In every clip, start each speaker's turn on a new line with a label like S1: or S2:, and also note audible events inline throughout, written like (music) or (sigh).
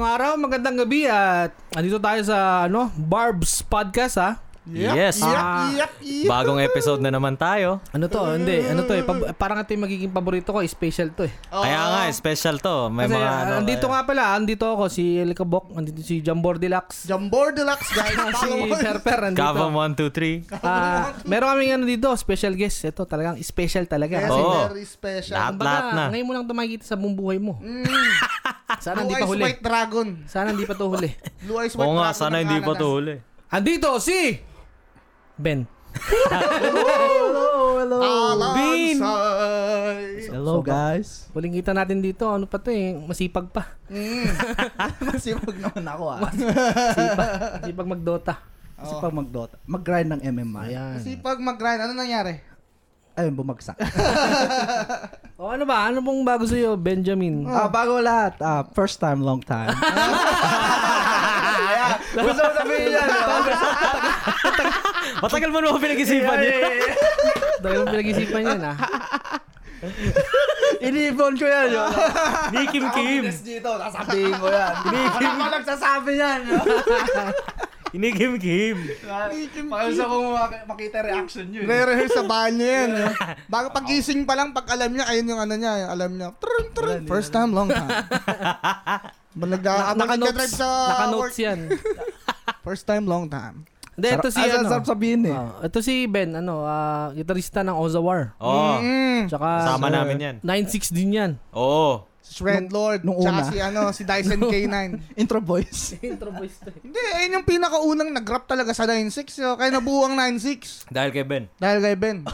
S1: magandang gabi at andito tayo sa ano, Barb's Podcast ha.
S2: Yes. Ah.
S1: Yep,
S3: yep, yep.
S2: Bagong episode na naman tayo.
S1: Ano to? Hindi, ano to eh. Pab- parang ito yung magiging paborito ko, eh, special to eh.
S2: Kaya nga, special to. May
S1: Kasi
S2: mga
S1: ah,
S2: ano,
S1: andito nga pala, andito ako, si Likabok, andito si Jambor Deluxe,
S3: Jambor Deluxe,
S2: (laughs)
S3: guys.
S1: si
S3: Follow us.
S1: Perper, andito.
S2: Kavam 1, 2, 3.
S1: Ah, meron kaming ano dito, special guest. Ito talagang special talaga.
S3: Yes,
S2: Oo.
S3: very special.
S2: Lahat,
S1: Kumbaga,
S2: Oh, lahat na.
S1: Ngayon mo lang tumakita sa buong buhay mo. Sana
S3: Blue
S1: hindi pa
S3: Eyes
S1: huli.
S3: White Dragon.
S1: Sana hindi pa to huli.
S3: Blue Eyes White
S2: Oo
S3: Dragon
S2: nga, sana
S3: ng
S2: hindi pa
S3: Canada.
S2: to huli.
S1: Andito si Ben.
S3: Alansay.
S2: Hello, guys.
S1: Huling kita natin dito, ano pa to eh, masipag pa.
S3: Mm.
S4: Masipag naman ako ah.
S1: Masipag, masipag magdota.
S4: Masipag mag-Dota. Mag-grind ng MMA.
S1: Ayan.
S3: Kasi pag mag-grind, ano nangyari?
S4: ah. Ayun, (laughs) bumagsak.
S1: O ano ba? Ano pong bago sa'yo, Benjamin?
S4: Ah, bago lahat. Ah, first time, long time. (laughs)
S3: Kaya,
S2: Ano
S3: gusto mo sabihin ano (laughs) yan.
S2: Matagal mo naman pinag-isipan niya.
S1: Dahil mong pinag-isipan yan ah.
S4: Inipon ko yan. Yun.
S2: Ni Kim Kim.
S4: Yes, dito. Sasabihin ko (laughs) yan.
S3: Wala ko nagsasabi yan.
S2: Ni Kim Kim.
S4: Magusto kong mak- makita reaction eh. yun.
S3: Re-rehearse sa bahay niya yan.
S2: (laughs)
S3: no? Bago pagising pa lang, pag alam niya, ayun yung ano niya, yung alam niya. Trun, trun. First time, long
S2: (laughs)
S3: time. ah, Ba, nagda-
S1: Naka-notes.
S3: nagdadrive sa
S1: Naka-notes
S3: work.
S1: yan.
S3: First time, long time.
S1: Hindi, ito si
S4: Sarap-
S1: ano.
S4: ah, sarap sabihin eh.
S1: ah, ito si Ben, ano, ah, gitarista ng Ozawar.
S2: Oo.
S3: Mm.
S1: Tsaka
S2: Sama namin yan.
S1: 9-6 din yan.
S2: Oo.
S3: Shred Lord.
S4: nung
S3: tsaka
S4: una.
S3: si, ano, si
S2: (laughs)
S3: Dyson K9.
S4: Intro (laughs) eh. voice.
S1: Intro voice to
S3: Hindi, ayun yung pinakaunang nag-rap talaga sa 9-6. So, kaya nabuo ang 9-6.
S2: Dahil kay Ben.
S3: Dahil kay
S4: (laughs)
S3: Ben.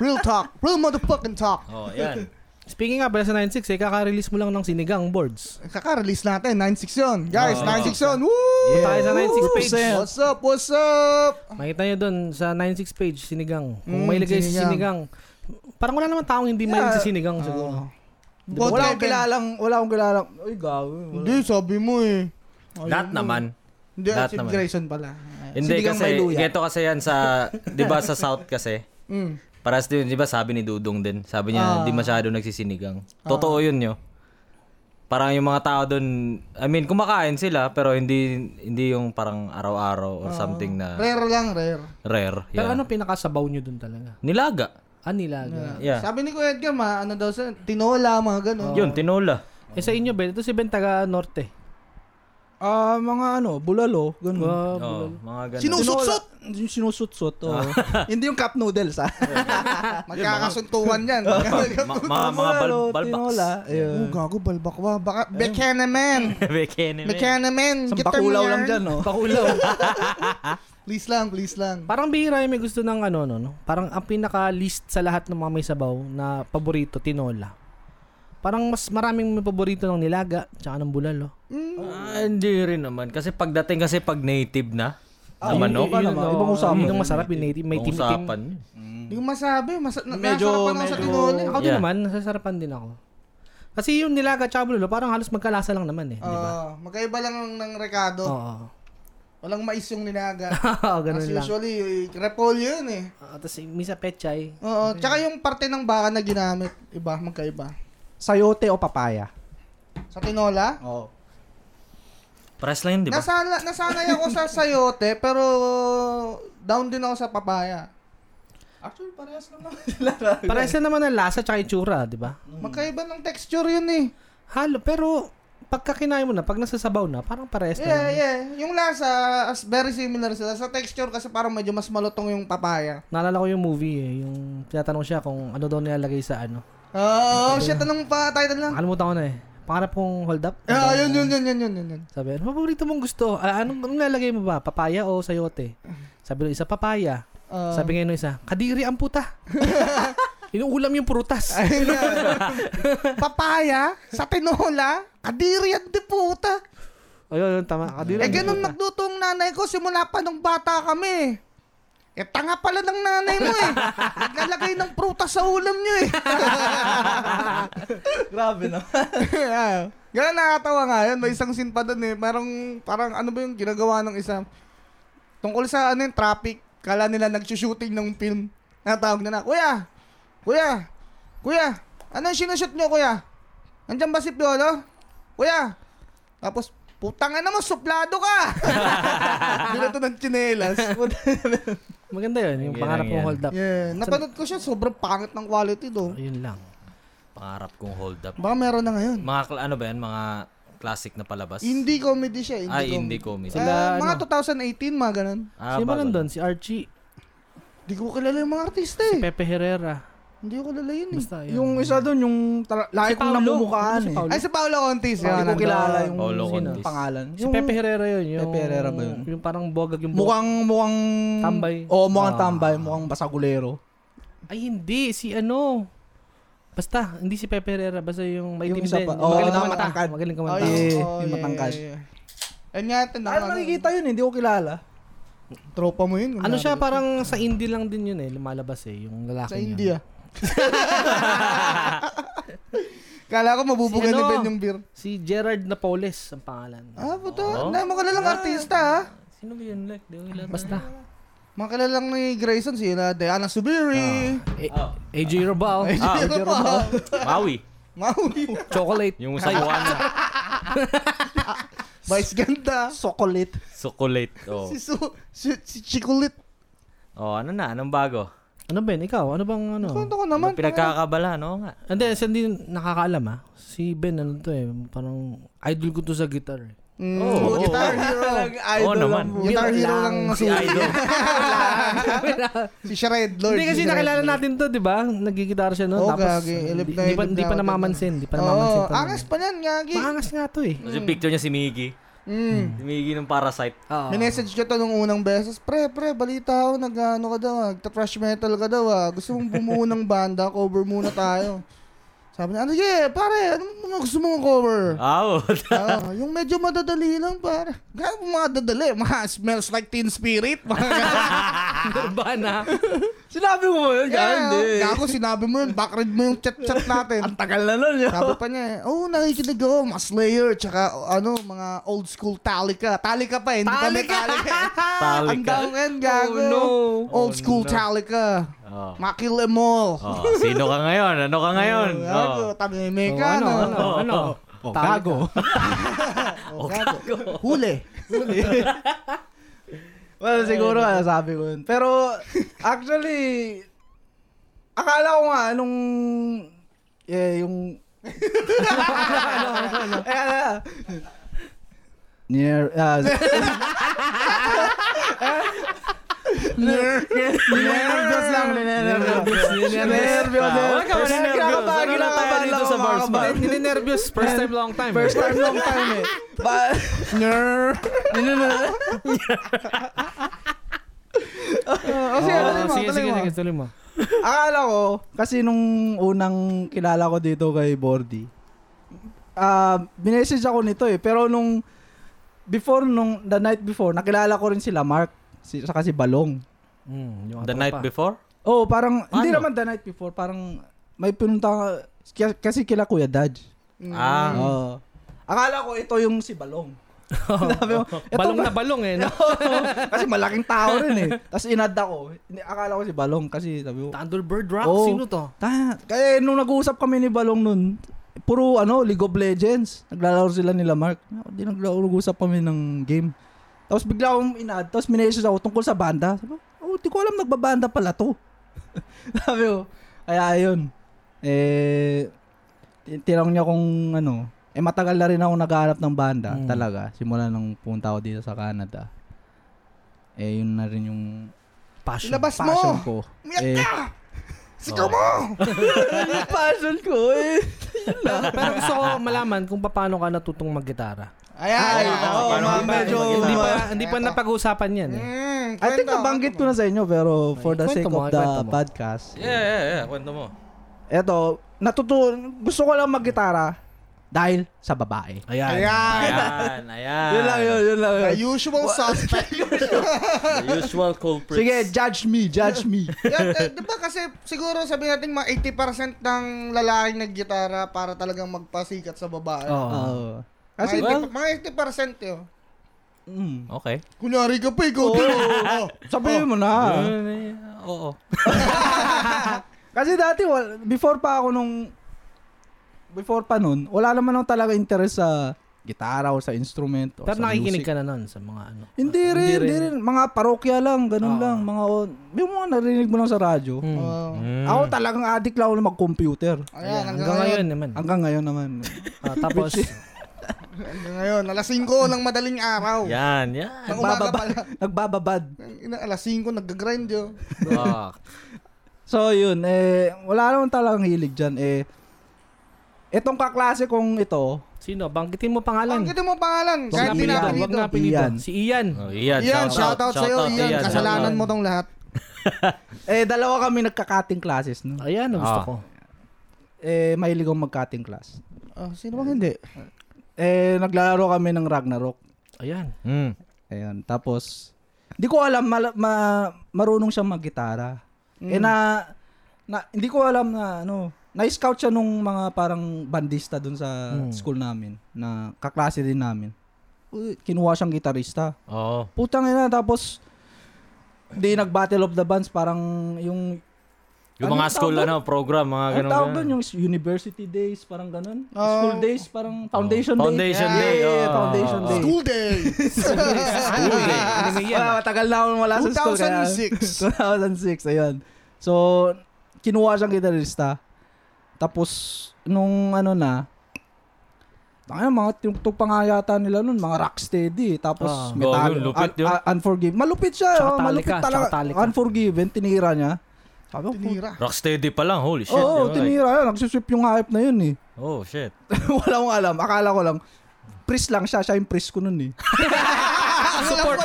S3: Real talk. Real motherfucking talk.
S2: Oo,
S1: (laughs)
S2: yan.
S1: Speaking nga pala sa 9-6, eh, kaka-release mo lang ng Sinigang Boards.
S3: Kaka-release natin. 9-6 yun. Guys,
S2: Oo.
S3: 9-6 yun. Woo!
S1: Punta kayo sa 9-6 page.
S4: Represent.
S3: What's up? What's up?
S1: Makita Ah. nyo doon sa 9-6 page, Sinigang. Kung
S3: Mm,
S4: Hmm,
S1: may mahilig kayo sa
S3: Sinigang.
S1: Sinigang, parang wala naman taong hindi
S4: Yeah.
S1: mahilig sa Sinigang siguro.
S3: Vote
S4: wala
S3: kay
S4: akong
S3: Ben.
S4: kilalang, wala akong kilalang. Uy, gawin.
S3: Hindi, sabi mo eh.
S2: Lahat naman.
S3: Hindi,
S2: Lahat
S3: si
S2: naman.
S3: Grayson pala.
S2: Hindi
S4: Sinigang
S2: kasi,
S4: may luya.
S2: geto kasi yan
S4: (laughs)
S2: sa, di ba sa South kasi.
S3: Mm.
S2: Para sa di ba sabi ni Dudong din, sabi
S4: Ah.
S2: niya hindi masyado nagsisinigang. Totoo 'yun yo. Parang yung mga tao doon, I mean, kumakain sila pero hindi hindi yung parang araw-araw or
S4: Ah.
S2: something na
S3: Rare lang, rare.
S2: rare.
S1: Pero
S2: Yeah.
S1: ano pinakasabaw nyo doon talaga?
S2: Nilaga.
S1: Ah, nilaga.
S2: Yeah.
S3: Sabi ni Kuya Edgar, ma, ano daw sa tinola, mga ganun.
S2: Yun, tinola.
S1: Eh sa inyo, Ben, ito si Ben taga Norte.
S4: Ah, mga ano, bulalo. Ganun.
S1: Wow.
S2: Oh, mga ganun.
S3: Sinusutsot!
S4: Yung sinusutsot. Oh. (laughs) Hindi yung cup noodles (laughs) ah.
S3: Magkakasuntuan yan.
S4: (laughs)
S2: Ma- mga mga bal
S4: Bulalo,
S2: balbaks. (laughs)
S4: tinola. Ayun.
S3: Oh, gago, balbakwa. Baka, Bekanaman!
S2: Bekene, men.
S3: Bekanaman!
S4: Isang
S3: Get them
S4: bakulaw
S3: yarn.
S4: lang dyan, oh. (laughs) no?
S1: Pakulaw.
S3: Please lang, please lang.
S1: Parang bihira yung may gusto ng ano, no, no? Parang ang pinaka-list sa lahat ng mga may sabaw na paborito, tinola. Parang mas maraming may paborito ng nilaga, tsaka ng bulalo.
S2: Ah, hindi rin naman kasi pagdating kasi pag native na
S4: Ah,
S2: na
S4: yun-
S2: manok.
S4: yun- Ano, ibang usapan.
S1: Yun ang masarap yung native. May
S2: Ang
S1: tim-tim.
S2: usapan. yun.
S3: Hindi ko masabi. Mas, na,
S4: Medyo-
S3: nasarapan ako sa
S4: medyo-
S3: tinola.
S1: Ako din
S2: Yeah.
S1: naman, nasasarapan din ako. Kasi yung nilaga tsaka bulalo, parang halos magkalasa lang naman eh. di ba?
S3: Oo, Ah, magkaiba lang ng, ng rekado.
S1: Oo. (laughs)
S3: Walang mais yung nilaga.
S1: Oo, (laughs) ganun
S3: As
S1: lang.
S3: usually, repol yun eh.
S1: Ah, Tapos yung misa pechay.
S3: Oo, tsaka yung parte ng baka na ginamit, iba, magkaiba.
S4: Sayote o papaya?
S3: Sa tinola,
S4: Oo.
S2: Pares lang yun, di ba?
S3: nasana, nasanay ako sa sayote, pero down din ako sa papaya.
S4: Actually, parehas lang naman. (laughs)
S1: Parehas na naman ang lasa tsaka itsura, di ba?
S3: Magkaiba ng texture yun eh.
S1: Halo, pero pagka kinain mo na, pag nasasabaw na, parang parehas na
S3: Yeah,
S1: lang.
S3: yeah. Yung lasa, as very similar sila. Sa texture kasi parang medyo mas malutong yung papaya.
S1: Naalala ko yung movie eh, yung tinatanong siya kung ano daw nilalagay sa ano.
S3: Oo, oh, shit, anong pa title lang?
S1: Nakalimutan ko na eh. Pangarap kong hold up.
S3: Ah, yun, yun, yun, yun, yun, yun, yun.
S1: Sabi, ano paborito mong gusto? Ah, anong, anong nilalagay mo ba? Papaya o sayote? Sabi ng isa, papaya.
S3: Ah.
S1: Sabi ngayon ng isa, kadiri ang
S4: (laughs)
S1: puta. Inuulam yung prutas.
S3: Ayun nga. papaya, sa tinola, kadiri at de puta.
S1: Ayun, yun, tama. Kadiri
S3: Eh,
S1: ang
S3: ganun
S1: puta.
S3: magluto ang nanay ko simula pa nung bata kami. Eh, tanga pala ng nanay mo eh. Naglalagay ng prutas sa ulam niyo eh. (laughs)
S4: Grabe na.
S3: Yeah. Ganun nakakatawa nga yun. May isang scene pa doon eh. Parang, parang ano ba yung ginagawa ng isa? Tungkol sa ano yung traffic. Kala nila nagsushooting ng film. Natawag na na, Kuya! Kuya! Kuya! Ano yung sinushoot nyo, kuya? Nandyan ba si Piolo? Kuya! Tapos, Putang na mo, suplado ka! (laughs) Binato ng tsinelas.
S1: Maganda yun, yung
S2: Yan,
S1: pangarap
S2: yan.
S1: kong hold up.
S3: (laughs) yeah. Napanood ko siya, sobrang pangit ng quality do.
S1: Yun lang.
S2: Pangarap kong hold up.
S3: Baka meron na ngayon.
S2: Mga, cl- ano ba yan? Mga classic na palabas?
S3: Indie comedy siya. Indie
S2: Ay,
S3: comedy.
S2: indie comedy.
S1: Sila,
S3: Ah, mga
S1: ano?
S3: 2018, mga ganun.
S2: Ah,
S1: Sino ba
S2: bago.
S1: nandun? Si Archie,
S3: Hindi ko kilala yung mga artista
S1: si
S3: eh.
S1: Pepe Herrera.
S3: Hindi ko kilala yun eh.
S1: Basta yun.
S4: (laughs) Yung isa doon, yung tra- laki
S1: Si
S4: kong
S1: Paolo.
S4: namumukhaan
S1: Ano si
S4: eh.
S1: Paolo?
S3: Ay, si Paolo Contis.
S4: Hindi
S3: Yan,
S4: ko kilala
S3: nandun.
S4: yung
S1: Oh,
S2: Paolo
S4: sino,
S2: Contis.
S4: pangalan.
S1: Si Pepe Herrera yun. Yung,
S4: Pepe Herrera ba yun?
S1: Yung parang bogag yung buhok.
S4: Mukhang, mukhang...
S1: Tambay.
S4: Oo, mukhang tambay. Mukhang basagulero.
S1: Ay, hindi. Si ano. Basta, hindi si Pepe Herrera. Basta yung may
S4: Yung
S1: team
S4: isa
S1: din.
S4: pa. Oo,
S1: Magaling
S4: na
S1: kumanta.
S4: matangkad.
S1: Magaling
S3: Oh,
S1: kumanta.
S4: Ay,
S3: yeah,
S4: Eh,
S3: oh,
S4: yung
S3: yeah,
S4: matangkas.
S3: yeah, yeah. Ayun nga, ito.
S4: Ay,
S3: nakaka-
S4: Ano nakikita yun, eh. hindi ko kilala.
S3: Tropa mo yun.
S1: Ano
S3: kunwari.
S1: siya, parang sa indie lang din yun eh. Lumalabas eh, yung lalaki
S3: Sa
S1: niya.
S3: India. (laughs) Kala ko mabubugan
S1: Si
S3: ni
S1: ano?
S3: Ben yung beer.
S1: Si Gerard Napoles ang pangalan.
S3: Ah, puto. Hindi, mga kilalang artista ha.
S2: Sino ba yun? Like, di ko kilala.
S1: Basta.
S3: Mga kilalang ni Grayson, sila Diana Subiri.
S1: A- AJ Robal.
S2: Ah,
S3: (laughs) Sino pa?
S2: (laughs) Maui.
S3: Maui.
S1: Chocolate.
S2: Yung sa ano? Iwana.
S3: Vice Ganda.
S4: Sokolit.
S2: Sukulit. Oh.
S3: Si, Su, si, si Chikulit.
S2: oh, ano na? Anong bago?
S1: Ano Ben, ikaw? Ano bang ano?
S3: Kwento ko
S2: Ano
S3: naman.
S2: pinagkakabala, no? Nga.
S1: Hindi, sa hindi nakakaalam ah. Si Ben, ano to eh. Parang idol ko to sa
S3: (laughs)
S1: guitar. eh.
S3: Mm,
S2: Oo, oo.
S3: guitar hero.
S2: Oo naman.
S3: Guitar
S1: oh.
S3: hero
S1: Lang.
S3: lang
S2: Si Idol.
S3: (laughs) Si Shred Lord.
S1: Hindi kasi
S3: si Shred
S1: nakilala
S3: Lord.
S1: natin to, di ba? Nagigitara siya noon.
S3: Oo,
S1: tapos,
S3: gagi. Ilip na
S1: di, di pa,
S3: ilip
S1: di pa
S3: na ako
S1: namamansin. Di pa namamansin.
S3: Oo,
S1: to.
S3: angas pa niyan, Gagi.
S1: Maangas nga to eh.
S2: Tapos yung picture niya si Miggy.
S3: Mm.
S2: Si Miggy ng Parasite.
S1: Oo.
S3: Minessage ko to nung unang beses, pre, pre, balita ako, nag-ano ka daw, nagta-trash metal ka daw, ah. gusto mong bumuo ng banda, cover muna tayo. Sabi niya, ano yeah, pare, ano mo gusto mong
S1: (laughs)
S3: cover?
S2: Aw.
S3: Ah, yung medyo madadali lang, pare. Grabe mga dadali, mga smells like teen spirit. Mga Ah.
S1: (laughs) ba na?
S4: Sinabi ko ba yun? Kaya
S3: ganyan.
S4: hindi.
S3: Gago, sinabi mo yun, backread mo yung chat-chat natin.
S4: Ang tagal na nun yun.
S3: Sabi pa niya, eh, oh, nakikinig ako, mga Slayer, tsaka ano, mga old school Talika. Talika pa, eh, hindi pa Metallica. Ah,
S2: (laughs)
S3: Ang
S2: Talik.
S3: down end, gago.
S1: no.
S3: Old school Metallica.
S2: Oh.
S3: Makill em all.
S2: Oh, sino ka ngayon? Ano ka ngayon?
S3: Gago,
S2: Oh.
S3: tamimik
S1: Oh,
S3: ka,
S1: ano,
S3: no?
S1: ano, ano?
S4: Oh,
S1: Tawag
S4: gago.
S3: (laughs) Oh, gago. Huli.
S4: Well,
S3: Eh,
S4: siguro ano sabi ko yun.
S3: (laughs)
S4: Pero, actually, akala ko nga, anong, eh,
S3: (laughs)
S4: yung, ano, ano, ano, ano, Near, ah, Nervous lang, nervous. Nervous.
S2: Ah, wala ka ba na nervous? Ano na tayo dito sa bars, man?
S1: Nininervyos. First time, long time.
S4: First time, long time eh. Ba,
S3: (laughs)
S4: ner.
S3: Oh, sige, tuloy mo,
S1: sige,
S3: tuloy
S1: sige,
S3: mo.
S1: sige, tuloy mo.
S4: Akala ko, kasi nung unang kilala ko dito kay Bordy, ah binessage ako nito eh. Pero nung, before, nung, the night before, nakilala ko rin sila Mark, si, saka si Balong.
S1: Mm, yung
S2: The
S1: atropa.
S2: night before?
S4: Oo, parang, hindi
S2: Ano?
S4: naman the night before, parang, may pinunta, kasi- kasi kila Kuya Dad.
S2: Ah.
S4: Oo. Akala ko ito yung si Balong.
S1: (laughs)
S4: Sabi ko, "Eto
S1: Oh, Balong
S4: (laughs)
S1: na
S4: nga."
S1: balong eh. No?
S4: kasi malaking tao rin eh. Tapos inad ako. Hindi- Akala ko si Balong kasi sabi ko,
S1: Thunderbird Rock,
S4: Oo.
S1: sino to?
S4: Kaya, Oh, kaya nung nag-uusap kami ni Balong nun, puro ano, League of Legends. Naglalaro sila nila Mark. Hindi nag-uusap kami ng game. Tapos bigla akong in-add, tapos minessage ako tungkol sa banda. Sabi ko, oh, di ko alam nagbabanda pala to. (laughs) Sabi ko, kaya ayun. Eh, tin- tinanong niya kung ano, eh matagal na rin ako naghahanap ng banda
S1: Mm.
S4: talaga. Simula nung punta ako dito sa Canada. Eh, yun na rin yung
S1: Passion.
S3: Ilabas mo.
S4: passion ko.
S3: Umiyak
S4: Eh,
S3: ka! Sigaw mo!
S4: yung passion ko eh.
S1: (laughs) Pero gusto ko malaman kung paano ka natutong maggitara.
S3: Ayan, ayan.
S2: oo,
S3: oo,
S2: paano
S3: mga
S2: ba-
S3: Ah, medyo...
S1: hindi pa hindi pa
S3: Eto.
S1: napag-usapan 'yan eh.
S3: Mm,
S4: I think
S3: kwento,
S4: nabanggit ko
S3: kwento
S4: na sa inyo pero for the
S1: Kwento
S4: sake
S1: mo,
S4: of
S1: kwento
S4: the
S1: mo.
S4: podcast.
S2: Yeah, yeah, yeah. Kwento mo.
S4: Eto, natuto gusto ko lang maggitara dahil sa babae.
S1: Ayan.
S3: Ayan.
S2: Ayan, ayan.
S4: Yun lang yun, yun lang
S3: The
S4: yun.
S3: usual suspect.
S2: The usual culprits.
S4: Sige, judge me, judge
S1: (laughs)
S4: me.
S3: Yan, eh, di ba kasi siguro sabi natin mga 80% ng lalaking naggitara para talagang magpasikat sa babae.
S1: Oo.
S4: Oo.
S3: Kasi
S4: Oh. kasi,
S3: mga, 80
S2: well-
S3: mga 80% yun.
S4: mm,
S2: Okay.
S3: Kunyari ka pa, ikaw din. Oh.
S4: sabihin mo na.
S1: Oh.
S2: Yun, eh, Oo.
S4: Kasi dati, wal- before pa ako nung, before pa nun, wala naman ako talaga interest sa gitara o sa instrument o
S1: Pero
S4: sa
S1: nakikinig
S4: music.
S1: ka na nun sa mga ano.
S4: Hindi
S1: Ah,
S4: rin, hindi rin. Mga parokya lang,
S1: Oo.
S4: ganun lang. Mga, on- yung mga narinig mo lang sa radyo.
S1: Mm.
S3: Oh.
S2: Mm.
S4: Ako talagang addict lang ako na mag-computer.
S1: Ayan,
S3: Ayan,
S1: hanggang ngayon naman.
S4: Hanggang ngayon
S3: (laughs)
S4: naman.
S1: Ah, tapos,
S3: Hanggang ngayon. Alas 5 ng madaling araw.
S2: Yan, yan.
S3: Ng umaga
S4: Nagbababa-
S3: pala.
S4: (laughs) Nagbababad.
S3: Ang ina, Alas 5, nag-grind yo.
S2: Fuck.
S4: So yun, eh, wala naman talagang hilig dyan. Eh, itong kaklase kong ito,
S1: sino? Banggitin mo pangalan.
S3: Banggitin Oh, mo pangalan.
S1: Huwag
S4: Banggitin
S1: na
S3: Kahit di
S4: mo
S1: pilitan. Huwag
S3: natin dito.
S4: yan.
S1: na pilitan.
S4: Ian.
S1: Si Ian.
S2: Oh, Ian,
S3: Ian, shoutout sa'yo.
S2: shoutout,
S3: Ian, kasalanan
S2: shoutout.
S3: mo tong lahat.
S4: eh, dalawa kami nagka-cutting classes. No?
S1: Ayan, gusto
S2: Ah.
S1: ko.
S4: Eh, mahilig akong mag-cutting class.
S3: Oh, sino bang hindi?
S4: Eh, naglalaro kami ng Ragnarok.
S1: Ayan.
S2: Mm.
S4: Ayun, tapos, hindi ko alam, mala- ma- marunong siyang maggitara. Eh na, na, hindi ko alam na, ano, na-scout siya nung mga parang bandista dun sa
S1: Mm.
S4: school namin, na kaklase din namin. Uy, Kinuha siyang gitarista.
S2: Oo.
S4: Putang ina, tapos, di nag-battle of the bands, parang yung,
S2: Yung
S4: Ano
S2: mga
S4: tawag
S2: school,
S4: doon?
S2: ano, program, mga
S4: ano
S2: ganun.
S4: tawag
S2: ganun.
S4: doon, yung university days, parang ganun.
S3: Oh.
S4: School days, parang foundation,
S2: Foundation
S4: day.
S2: day,
S4: Yeah,
S2: oh.
S4: foundation day.
S3: School day. (laughs)
S1: School day. Ano
S2: ah.
S1: yan?
S4: Wala, Ah, matagal na akong wala sa school. kaya-
S3: 2006.
S4: 2006, ayun. So, kinuha siyang gitarista. Tapos, nung ano na, Tangina, mga tugtog pa nga yata nila nun, mga rocksteady. Tapos,
S1: Ah.
S4: may talo.
S2: Gago, lupit
S4: Un-
S2: yun.
S4: un- unforgiven. Malupit siya.
S1: Tsaka
S4: oh, malupit
S1: talika,
S4: talaga.
S1: tsaka talika.
S4: Unforgiven, tinira niya. Sabi ko,
S3: Tinira.
S2: Rocksteady pa lang, holy shit.
S4: Oo, oh,
S2: di ba?
S4: tinira yun. Nagsusweep yung hype na yun eh. (laughs)
S2: Oh, shit.
S4: Wala akong alam. Akala ko lang, priest lang siya. Siya yung priest ko nun eh.
S3: Ah, support, support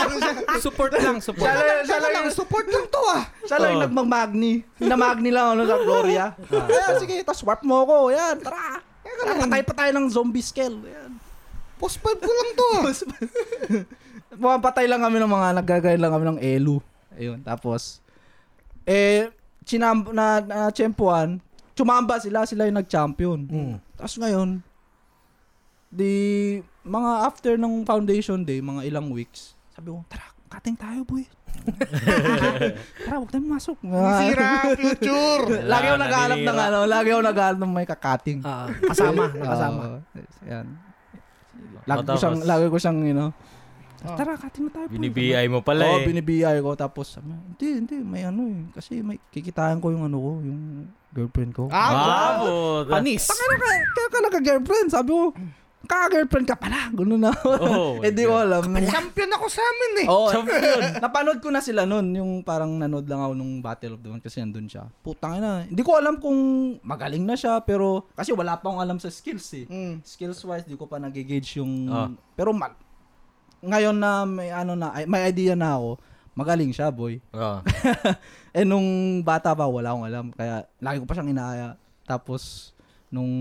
S3: lang siya.
S1: Support lang, support.
S4: Siya lang- siya
S3: Siya
S4: lang
S3: lang,
S4: yung-
S3: support lang to ah.
S4: Siya lang yung
S2: Oo.
S4: nagmamagni. Namagni lang ano sa Gloria. Ayan, sige, tas warp mo ako. Ayan, tara. Patay pa tayo ng zombie scale. Ayan.
S3: Post five ko lang to
S4: (laughs)
S3: ah.
S4: Pumapatay lang kami ng mga, naggagay lang kami ng elu. Ayun, tapos, eh, chinam na, na champuan, chumamba sila, sila yung nag-champion.
S1: Mm.
S4: Tapos ngayon, di, mga after ng foundation day, mga ilang weeks, sabi ko, tara, cutting tayo, boy. (laughs) tara, huwag tayong masok.
S3: Sira, future.
S4: (laughs) Lagi ako naghahanap ng ano, lagi ako naghahanap ng may kakating.
S1: Ah, kasama, nakasama.
S4: Oo. Yan. Lagi ko
S2: Matapos.
S4: siyang, lagi ko siyang, you know,
S3: Oh.
S4: tara, kating na tayo. boy."
S2: Binibiyay mo pala eh.
S4: Oo, binibiyay ko. Tapos, sabi niya, hindi, hindi, may ano eh. Kasi may kikitaan ko yung ano ko, yung girlfriend ko.
S3: Ah,
S2: Ah,
S3: wow.
S2: puta.
S1: Panis.
S4: Kaya ka, kaya ka nagka-girlfriend. Sabi ko, kaka-girlfriend ka pala. Ganun na.
S2: Oh my
S4: (laughs) eh, di ko
S2: God.
S4: alam.
S3: Champion ako sa amin eh.
S4: Oo. (laughs) napanood ko na sila nun. Yung parang nanood lang ako nung Battle of the One kasi nandun siya. Putang ina. Hindi ko alam kung magaling na siya pero kasi wala pa akong alam sa skills eh.
S3: Mm.
S4: Skills wise, di ko pa nagigage yung
S2: Ah.
S4: pero ma- ngayon na may ano na ay- may idea na ako, magaling siya, boy.
S2: Ah.
S4: Eh nung bata pa wala akong alam kaya lagi ko pa siyang inaaya. Tapos nung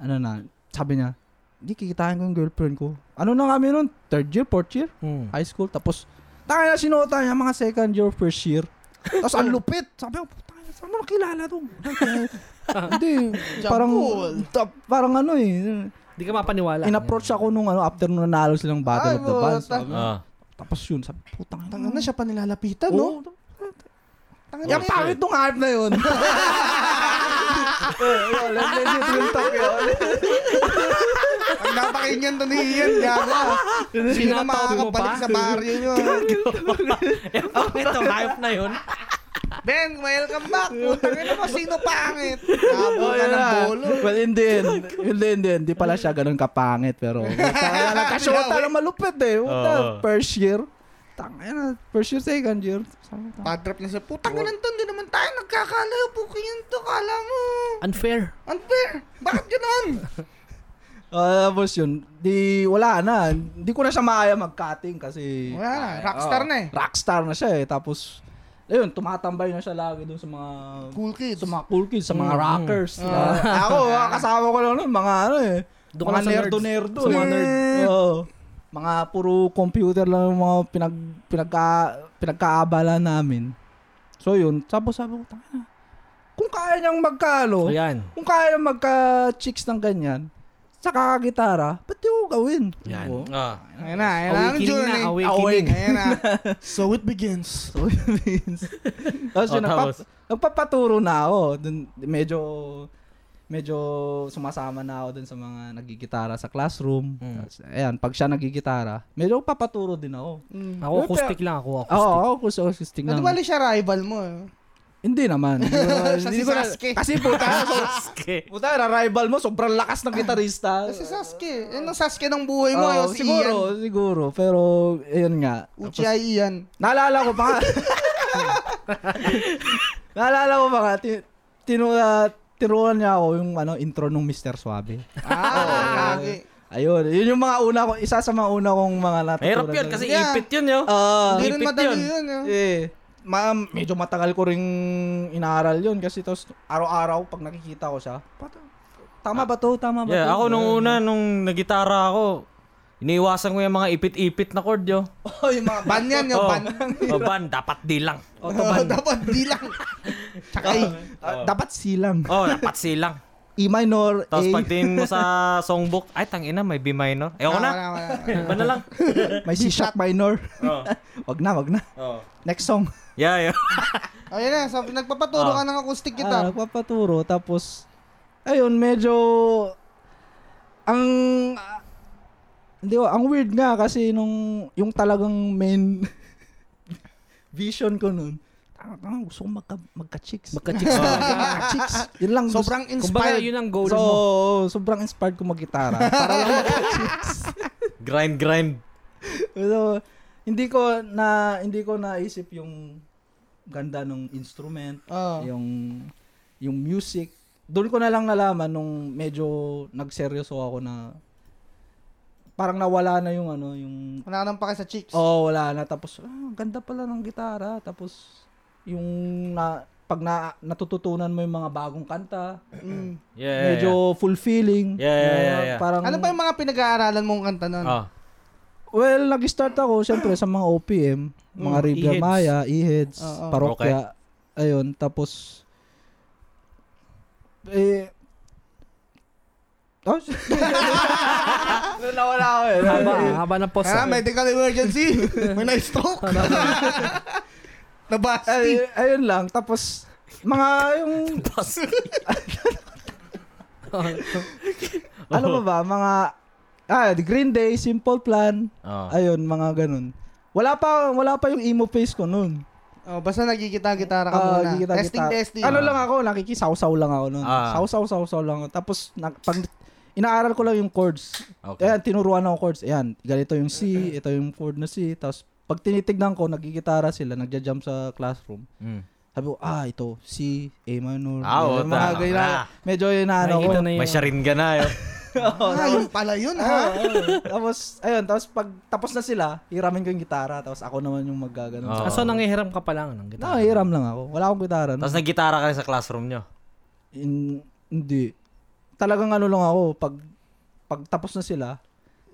S4: ano na, sabi niya, hindi kikitain ko yung girlfriend ko. Ano na kami nun? Third year, fourth year?
S1: Mm.
S3: Hmm.
S4: high school. Tapos, tanga na sinota niya mga second year, first year.
S3: (laughs)
S4: Tapos, ang lupit. Sabi ko, "Puta, saan mo nakilala to? Hindi, parang,
S3: Jambul.
S4: ta- parang ano eh.
S1: Hindi ka mapaniwala. (laughs)
S4: In-approach ako nung ano, after nung nanalo silang
S3: Ay,
S4: Battle of the
S3: wala
S4: Bands.
S3: ta- Ano?
S4: Sabi-
S2: Ah.
S4: Tapos yun, sabi, oh, putang
S3: Tangan na siya pa nilalapitan,
S4: Oo.
S3: no? Tangan
S4: Yung
S3: na-
S4: pangit nung hype na yun. Eh, yun, let's legit real talk yun.
S3: Ang napakinggan to ni Ian, gago. Hindi na
S1: Sinataw mo
S3: makakabalik
S1: pa?
S3: sa barrio nyo.
S1: Eh, bakit ang hype na yun?
S3: Ben, welcome back. Putangin na mo, sino pangit? Kabo
S4: Oh,
S3: ka
S4: yun
S3: ng
S4: na.
S3: bolo.
S4: Well, hindi yun. Hindi, hindi. Hindi pala siya ganun kapangit. Pero, (laughs) Kaya nagkasyota lang malupit eh. Puta,
S2: Oo.
S4: first year. Tangay na. First year, second year. Sabi ko,
S3: Patrap na siya, putang ina to, hindi naman tayo nagkakalayo. Pukin to, kala mo.
S1: Unfair.
S3: Unfair. Bakit (laughs) ganun?
S4: Ah, tapos yun, di wala na. Hindi ko na siya maaya mag-cutting kasi...
S3: Wala na,
S4: Ay,
S3: rockstar
S4: oo,
S3: na eh.
S4: Rockstar na siya eh. Tapos, ayun, tumatambay na siya lagi dun sa mga...
S3: Cool kids.
S4: Sa mga cool kids, sa mga
S1: Mm,
S4: rockers. Ah, (laughs) ako, mga kasama ko lang nun, mga ano eh.
S1: Doon ka
S4: mga
S1: lang sa nerds.
S4: nerdo-nerdo. eh.
S1: Sa mga nerd.
S4: Oo. mga puro computer lang yung mga pinag, pinagka, pinagkaabala namin. So yun, tapos sabi ko, "Tangina, kung kaya niyang magkalo,
S1: Ayan.
S4: kung kaya lang magka-chicks ng ganyan, sa kakagitara, ba't di ko gawin?
S1: Yan.
S4: Oo.
S2: Ah.
S3: Ayan na, ayan na ang
S1: Awakening na,
S3: journey.
S1: awakening.
S3: Ayan na. So it begins.
S4: So, (laughs) it
S3: (laughs)
S4: means, tapos
S2: Oh,
S4: yun, nagpa-
S2: tapos?
S4: nagpapaturo na ako. Dun, medyo, medyo sumasama na ako dun sa mga nagigitara sa classroom.
S3: Hmm.
S4: Tas, Ayan, pag siya nagigitara, medyo papaturo din ako.
S1: Ako
S4: Eh,
S1: acoustic lang ako.
S4: Oo,
S1: Acoustic.
S4: ako gusto ko acoustic lang.
S3: Nadumali siya rival mo. eh.
S4: Hindi
S3: (laughs)
S4: naman. Hindi ko-
S3: Siya
S4: hindi
S3: si
S4: ko na-
S3: Sasuke.
S4: Kasi puta,
S3: (laughs)
S4: so, puta, rival mo, sobrang lakas ng gitarista.
S3: Si Sasuke. Yan ang Sasuke ng buhay mo.
S4: Oo,
S3: yung si
S4: Oh, siguro,
S3: Ian.
S4: siguro. Pero, ayun nga.
S3: Uchiha Ian.
S4: Naalala ko pa nga. Naalala ko pa nga, ti- tinura, tinuruan niya ako yung ano, intro nung Mr. Suave. (laughs)
S3: Ah, kagi.
S4: Ayun, yun yung mga una ko, isa sa mga una kong mga natutunan.
S2: Mahirap yun kasi
S3: Yeah.
S2: ipit yun, yo.
S4: Ah,
S3: Hindi rin
S2: Ipit
S3: madali
S2: yun.
S3: yun. ah. yun.
S4: (laughs) eh, ma'am, medyo matagal ko ring inaaral yun kasi tapos araw-araw pag nakikita ko siya, pato, tama ba to? Tama ba to?
S2: Yeah, ako nung una, nung nagitara ako, iniiwasan ko yung mga ipit-ipit na chord, yo.
S4: Oh, yung mga
S3: Ban yan yung
S2: Oh.
S3: ban.
S2: O, ban, dapat di lang.
S3: Oh, (laughs) dapat di lang. Tsaka eh,
S4: Ah, dapat silang.
S2: Oh, dapat si lang.
S4: E minor,
S2: Tapos
S4: A,
S2: pagtingin mo sa songbook, ay, tangina, may B minor. Ayoko
S3: wala,
S2: na.
S4: Ah,
S3: wala, wala.
S2: Ba na lang.
S4: may C
S2: (laughs)
S4: sharp minor.
S2: Oo.
S4: wag na, wag na.
S2: Oo.
S4: Next song.
S2: Yeah, (laughs) yo.
S3: Ayun Oh, na, so, nagpapaturo
S2: Ah.
S3: ka ng acoustic
S4: Ah,
S3: guitar.
S4: nagpapaturo. Tapos, ayun, medyo, ang, ah, hindi ko, ang weird nga kasi nung, yung talagang main (laughs) vision ko nun, tama, tama, gusto ko magka, magka-chicks.
S1: Magka-chicks
S4: (laughs)
S1: talaga.
S3: (laughs)
S4: Magka-chicks. Yun lang. gusto-
S3: Sobrang
S1: Kumbaga,
S3: inspired.
S1: yun ang goal
S4: so,
S1: mo.
S4: sobrang inspired ko mag-gitara. Para lang (laughs) magka-chicks.
S2: Grind, grind.
S4: so, hindi ko na, hindi ko naisip yung ganda ng instrument.
S3: Ah.
S4: yung yung music doon ko na lang nalaman nung medyo nagseryoso ako na parang nawala na yung ano yung
S3: Wala ka nang pake sa chicks.
S4: oh wala na tapos ah, ang ganda pala ng gitara tapos yung na, pag na, natututunan mo yung mga bagong kanta
S3: Mm.
S2: Yeah,
S4: medyo fulfilling
S2: Yeah, yeah,
S4: Na
S2: yeah, yeah.
S4: parang
S3: Ano pa yung mga pinag-aaralan mong kanta nun?
S2: yeah. Oh.
S4: well nag-start ako syempre sa mga OPM mga
S1: Mm,
S4: Ribya
S1: E-heads.
S4: Maya E E-heads
S3: Oo.
S4: parokya ayun tapos eh Oh, nawala ako eh.
S1: Haba, haba ng post.
S3: Kaya Ah, medical (laughs) emergency. May na-stroke. (laughs) Nabasti.
S4: (laughs) Ay, ayun lang. Tapos, mga yung,
S2: Tapos,
S4: (laughs) ano ba ba, mga, ah, The Green Day, Simple Plan,
S2: oh.
S4: ayun, mga ganun. Wala pa, wala pa yung emo face ko nun.
S3: Oh, basta nagigita-gitara ka
S4: Ah,
S3: muna.
S4: gigita-
S3: testing,
S4: gita-
S3: testing.
S4: Ano lang ako, nakikisaw-saw lang ako nun.
S2: Ah.
S4: Saw-saw, saw-saw lang ako. Tapos, na, pag, inaaral ko lang yung chords.
S2: Okay.
S4: Ayan, tinuruan ako chords. Ayan, ganito yung C, ito yung chord na C. Tapos, pag tinitignan ko, nagigitara sila, nagja-jump sa classroom.
S2: Mm.
S4: Sabi ko, ah, ito, C, A minor.
S2: Ah, oo,
S4: Ganyan, mga
S2: tama.
S4: ganyan.
S2: Ah.
S4: Medyo yun na ano ko.
S1: Nakikita na yun.
S2: May sharin ka na, yo.
S3: Ah, yun pala yun,
S4: Ah,
S3: ha?
S4: oo. (laughs) tapos, ayun, tapos pag tapos na sila, hiramin ko yung gitara. Tapos ako naman yung magaganon.
S1: Ah,
S2: Oo.
S4: Oh.
S1: so, nangihiram ka pa lang ng gitara.
S4: No, hiram lang ako. Wala akong gitara. no?
S2: Tapos nagitara ka rin sa classroom nyo.
S4: In- hindi. Talagang ano lang ako, pag, pag tapos na sila,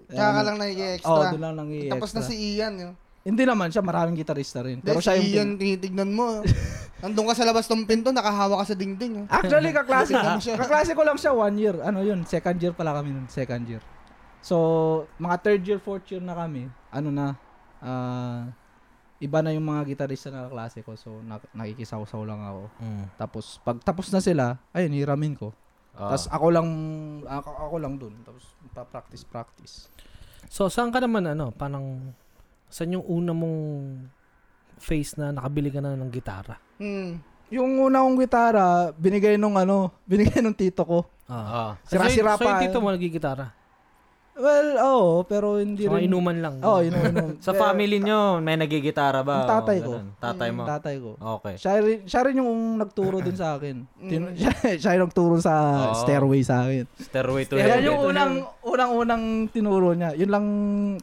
S3: Tsaka ka
S4: ayun,
S3: lang
S4: Oo,
S3: nag-extra.
S4: doon lang nang i-extra.
S3: Tapos na si Ian. Yun.
S4: Hindi naman siya, maraming gitarista rin.
S3: Pero
S4: Pero siya yung...
S3: si Ian, tinitignan mo.
S4: (laughs)
S3: eh. Nandun ka sa labas ng pinto, nakahawa ka sa dingding. eh.
S4: Actually, kaklase,
S3: Ganun (laughs) siya.
S4: kaklase ko lang siya one year. Ano yun, second year pala kami nun, second year. So, mga third year, fourth year na kami, ano na, ah, iba na yung mga gitarista na kaklase ko. So, na- nakikisaw-saw lang ako.
S2: Mm.
S4: Tapos, pag tapos na sila, ayun, hiramin ko.
S3: Ah.
S2: Oh.
S4: Tapos ako lang, ako, ako lang dun. Tapos, pa-practice, practice.
S1: So, saan ka naman, ano, parang, saan yung una mong face na nakabili ka na ng gitara?
S3: Hmm.
S4: Yung una kong gitara, binigay nung ano, (laughs) binigay nung tito ko.
S1: Ah.
S2: oh.
S4: Sira-sira
S1: so, yung- so,
S4: pa,
S1: yung tito
S4: eh.
S1: mo nagigitara?
S4: Well, oo, pero hindi
S1: So, mga
S4: rin.
S1: inuman lang.
S4: Oo, inom, inom.
S2: (laughs) Sa
S4: Pero,
S2: family nyo, may nagigitara ba?
S4: Yung tatay
S2: O,
S4: ko.
S2: ganun. Tatay mo.
S4: yung Eh, Tatay ko.
S2: Okay.
S4: Siya rin, siya rin yung nagturo din sa akin. Tin- (laughs) siya, siya yung nagturo sa
S2: Mm. Oo.
S4: stairway sa akin.
S2: Stairway to
S4: Yan
S2: heaven.
S4: yung unang, unang-unang tinuro niya. Yun lang,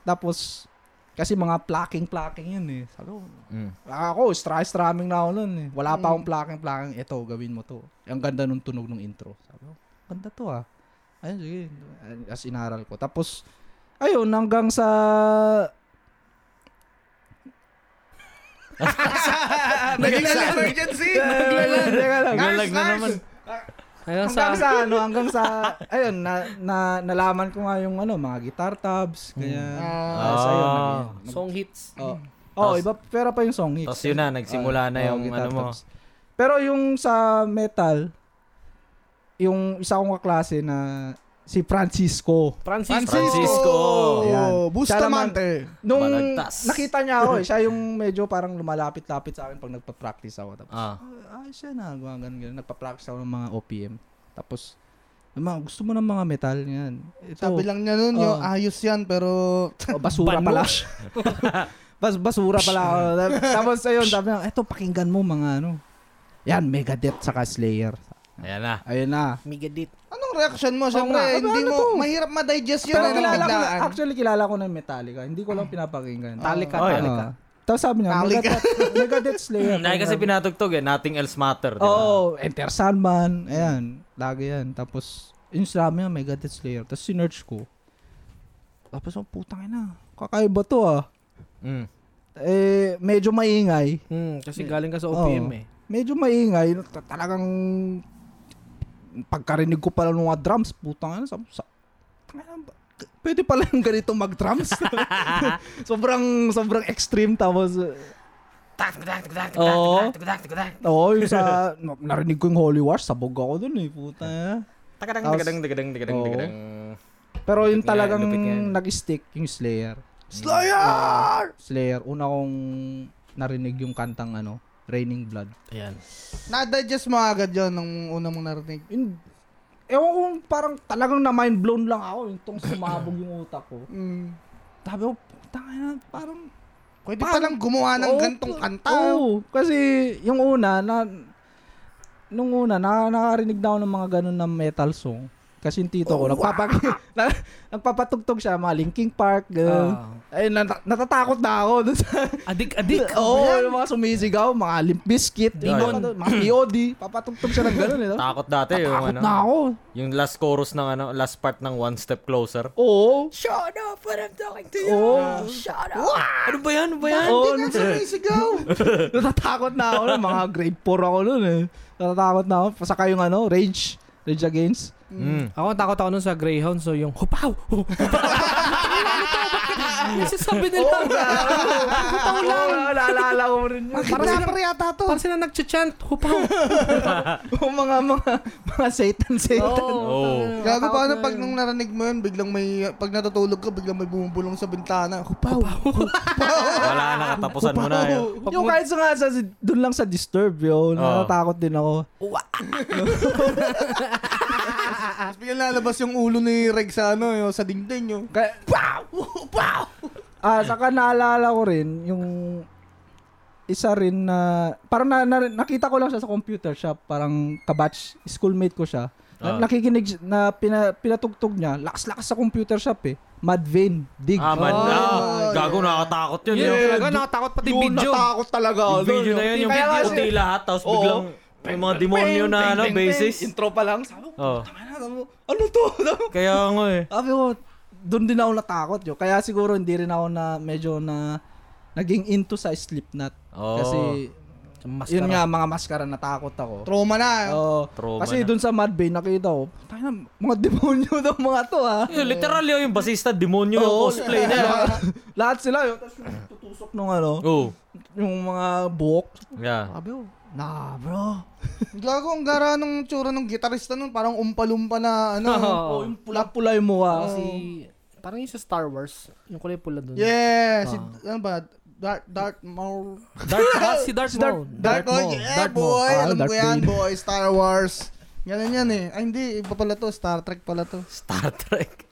S4: tapos, kasi mga plucking-plucking yun eh. Sabi ko, "Ah,
S2: Mm.
S4: ako, stra-strumming na ako nun eh. Wala pa akong plucking-plucking. Ito, gawin mo to. Ang ganda nung tunog ng intro. Sabi ko, ganda to ah. Ayun, sige. As inaral ko. Tapos, ayun,
S2: (laughs)
S4: hanggang sa...
S3: Medical emergency!
S4: Teka lang.
S3: Nurse,
S2: na naman.
S3: nurse!
S1: Hanggang
S4: hanggang
S1: sa,
S4: sa ano, hanggang sa, (laughs) ayun, na, na, nalaman ko nga yung ano, mga guitar tabs, ganyan.
S3: Ah.
S4: Ah, so
S2: Hmm.
S4: ayun,
S2: Ah.
S4: nag- nag-
S1: song hits.
S4: oh, oh, iba, pera pa yung song hits.
S2: Tapos yun na, nagsimula na
S4: Ah,
S2: yung
S4: guitar
S2: ano mo.
S4: tabs. Pero yung sa metal, yung isa kong kaklase na si Francisco.
S1: Francis,
S3: Francisco!
S2: Francisco.
S4: Ayan.
S3: Bustamante.
S4: Nung
S2: Balagtas.
S4: nakita niya ako, eh, siya
S2: (laughs)
S4: yung medyo parang lumalapit-lapit sa akin pag nagpa-practice ako. Tapos,
S2: Ah.
S4: ah, siya na, gumagano ganun. Nagpa-practice ako ng mga OPM. Tapos, "Ma, gusto mo ng mga metal yan. Ito,
S3: Sabi lang niya nun,
S4: Oo.
S3: yung ayos yan, pero...
S4: oh, basura
S1: Banu.
S4: pala. (laughs) Bas basura pala ako. Tapos ayun, sabi niya, eto pakinggan mo mga ano. Yan, Megadeth saka Slayer.
S2: Ayan na.
S4: Ayun na.
S1: Migadit.
S3: Anong reaction mo? Siyempre,
S4: nga.
S3: hindi mo,
S4: Ano to?
S3: mahirap ma-digest yun.
S4: Pero
S3: Pero
S4: kilala ko,
S3: biglaan.
S4: actually kilala ko na yung Metallica. Hindi ko lang pinapakinggan.
S1: Talika,
S2: Oh,
S1: talika.
S4: Ah. Tapos sabi niya,
S3: Metallica.
S4: Megadeth, Megadeth Slayer.
S2: Dahil kasi pinatugtog eh, nothing else matter. di ba?
S4: Oo, oh, Enter Sandman. Ayan, lagi yan. Tapos, yun sabi niya, Megadeth Slayer. Tapos sinerch ko. Tapos, oh, putang ina. Kakaiba to ah.
S2: Mm.
S4: Eh, medyo maingay.
S1: Hmm, kasi galing ka sa OPM
S4: Oo.
S1: eh.
S4: medyo maingay. Ta- Talagang pagkarinig ko pala ng mga drums, putang ano, sabi, sa, tangina ba- k- pwede pala yung ganito
S2: (laughs)
S4: mag-drums. (laughs) sobrang, sobrang extreme. Tapos, eh, oo. (laughs) Oo, yung sa, na- narinig ko yung Holy Wash, sabog ako dun eh, puta.
S2: Tagadang,
S4: Tapos-
S2: tagadang, tagadang, tagadang,
S4: Oo.
S2: tagadang.
S4: Pero
S2: Lupit
S4: yung
S2: nga,
S4: talagang
S2: lupit nga Mm. yun.
S4: nag-stick, yung Slayer.
S3: Slayer!
S4: Slayer, una kong narinig yung kantang ano, Raining Blood.
S1: Ayan.
S3: Na-digest mo agad yun nung una mong narinig.
S4: Yun, ewan kong parang talagang na mind blown lang ako yung tong sumabog yung utak ko.
S3: Mm.
S4: Sabi ko, tanga na, parang...
S3: Pwede palang gumawa ng
S4: Oo,
S3: gantong kanta.
S4: Oo, kasi yung una, na, nung una, na, nakarinig na ako ng mga ganun na metal song. Kasi yung tito ko, nagpapag, (laughs) na, nagpapatugtog siya, mga Linkin Park, ganun.
S1: Ah.
S4: Ay, nat- natatakot na ako dun sa...
S1: Adik,
S4: (laughs)
S1: adik.
S4: Oo, yung mga sumisigaw, mga Limp Bizkit,
S2: Demon.
S4: mga- mga POD, papatugtog siya ng ganun. Eh, no?
S2: Takot dati yung
S4: Takot
S2: ano.
S4: na ako.
S2: Yung last chorus ng ano, last part ng One Step Closer.
S4: Oo.
S1: Shut up when I'm talking to you.
S4: Oo.
S1: Shut up. Ano ba yan? Ano ba yan?
S4: Oo,
S3: Hindi nga
S4: (laughs)
S3: sumisigaw.
S4: Natatakot na ako nun. Mga grade 4 ako nun eh. Natatakot na ako. Saka yung ano, Rage. Rage Against.
S2: Mm.
S1: Ako takot ako nun sa Greyhound so yung hupaw. Hupaw. (laughs) Kasi sabi nila. Hupaw lang.
S4: Naalala ko rin yun.
S3: Ang kidnapper
S4: ah,
S3: yata to.
S1: Para sila nagchachant. Hupaw.
S4: Yung mga mga mga Satan Satan.
S2: Oh.
S3: Gago pa ano pag nung narinig mo yun, biglang may, pag natutulog ka, biglang may bumubulong sa bintana. Hupaw.
S2: Wala na, katapusan mo na. yun.
S4: Yung kahit sa nga sa doon lang sa Disturb
S2: Oo.
S4: yun. Natatakot din ako. Ah.
S3: Tapos biglang lalabas yung ulo ni Reg sa ano, yung sa dingding yung.
S4: Kaya, (laughs) Ah, saka naalala ko rin yung isa rin na parang na, na- nakita ko lang siya sa computer shop, parang kabatch schoolmate ko siya.
S2: Ah.
S4: Na- Nakikinig siya- na pina, pinatugtog niya, lakas-lakas sa computer shop eh. Madvain, dig.
S2: Ah, man.
S3: Oh, yeah.
S2: ah, gago, nakatakot yun.
S1: Yun
S2: Yung,
S1: talaga, nakatakot pati video.
S4: talaga ano,
S2: yung video na yun, yung
S4: Kaya nga
S2: puti
S4: siya-
S2: lahat, tapos
S4: Oo.
S2: biglang yung mga demonyo na ano, basis.
S4: Intro pa lang, sabi ko,
S2: Oh.
S4: "Tama na, sabi ko, ano to? (laughs)
S2: Kaya nga eh.
S4: sabi ko, doon din ako natakot yo. Kaya siguro hindi rin ako na medyo na naging into sa Slipknot.
S2: Oo.
S4: Kasi
S1: Maskara.
S4: Yun nga, mga maskara, natakot ako.
S3: Trauma na.
S2: Oh.
S4: Oo.
S2: Trauma
S4: kasi
S2: na.
S4: dun sa Mad Bay, nakita ko, tayo na, mga (laughs) demonyo daw mga to ha.
S2: Yung literal yun, yung basista, demonyo yung
S4: Oo.
S2: cosplay na yun.
S4: Lahat sila yun, tapos yung tutusok nung ano,
S2: Oh.
S4: yung mga buhok.
S2: Yeah.
S4: Sabi ko, nah bro.
S3: Gago, ang gara ng tsura ng gitarista nun, parang umpalumpa na
S2: (laughs)
S3: ano.
S2: Oh.
S1: Oo.
S4: "Oh, yung pula-pula yung mukha.
S1: Kasi parang yung sa Star Wars, yung kulay pula dun.
S3: Yeah, si, ano ba, Dart, Dart Maul.
S1: Darth Maul, ah, si Darth Maul.
S3: Dark Maul. Yeah, boy.
S4: Ah,
S3: Alam ko
S4: Darth
S3: yan,
S4: Vader.
S3: boy. Star Wars. Ganun yan eh. Ay, hindi. Iba pala to. Star Trek pala to.
S2: Star Trek.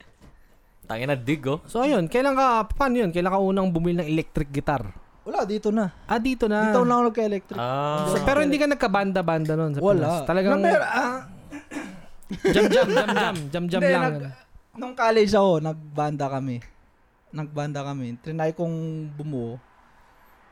S2: Tangina dig, oh.
S1: So ayun, kailan ka, paano yun? Kailan ka unang bumili ng electric guitar?
S4: Wala, dito na.
S1: Ah, dito na.
S4: Dito na ako nagka-electric.
S2: Ah.
S1: So, pero hindi ka nagkabanda-banda nun sa
S4: Wala.
S1: Pinas. Talagang
S4: Na, mer- ah,
S1: jam-jam, jam-jam, jam-jam
S4: Hindi,
S1: lang.
S4: nag- nung college ako, nagbanda kami. Nagbanda kami. Trinay kong bumuo.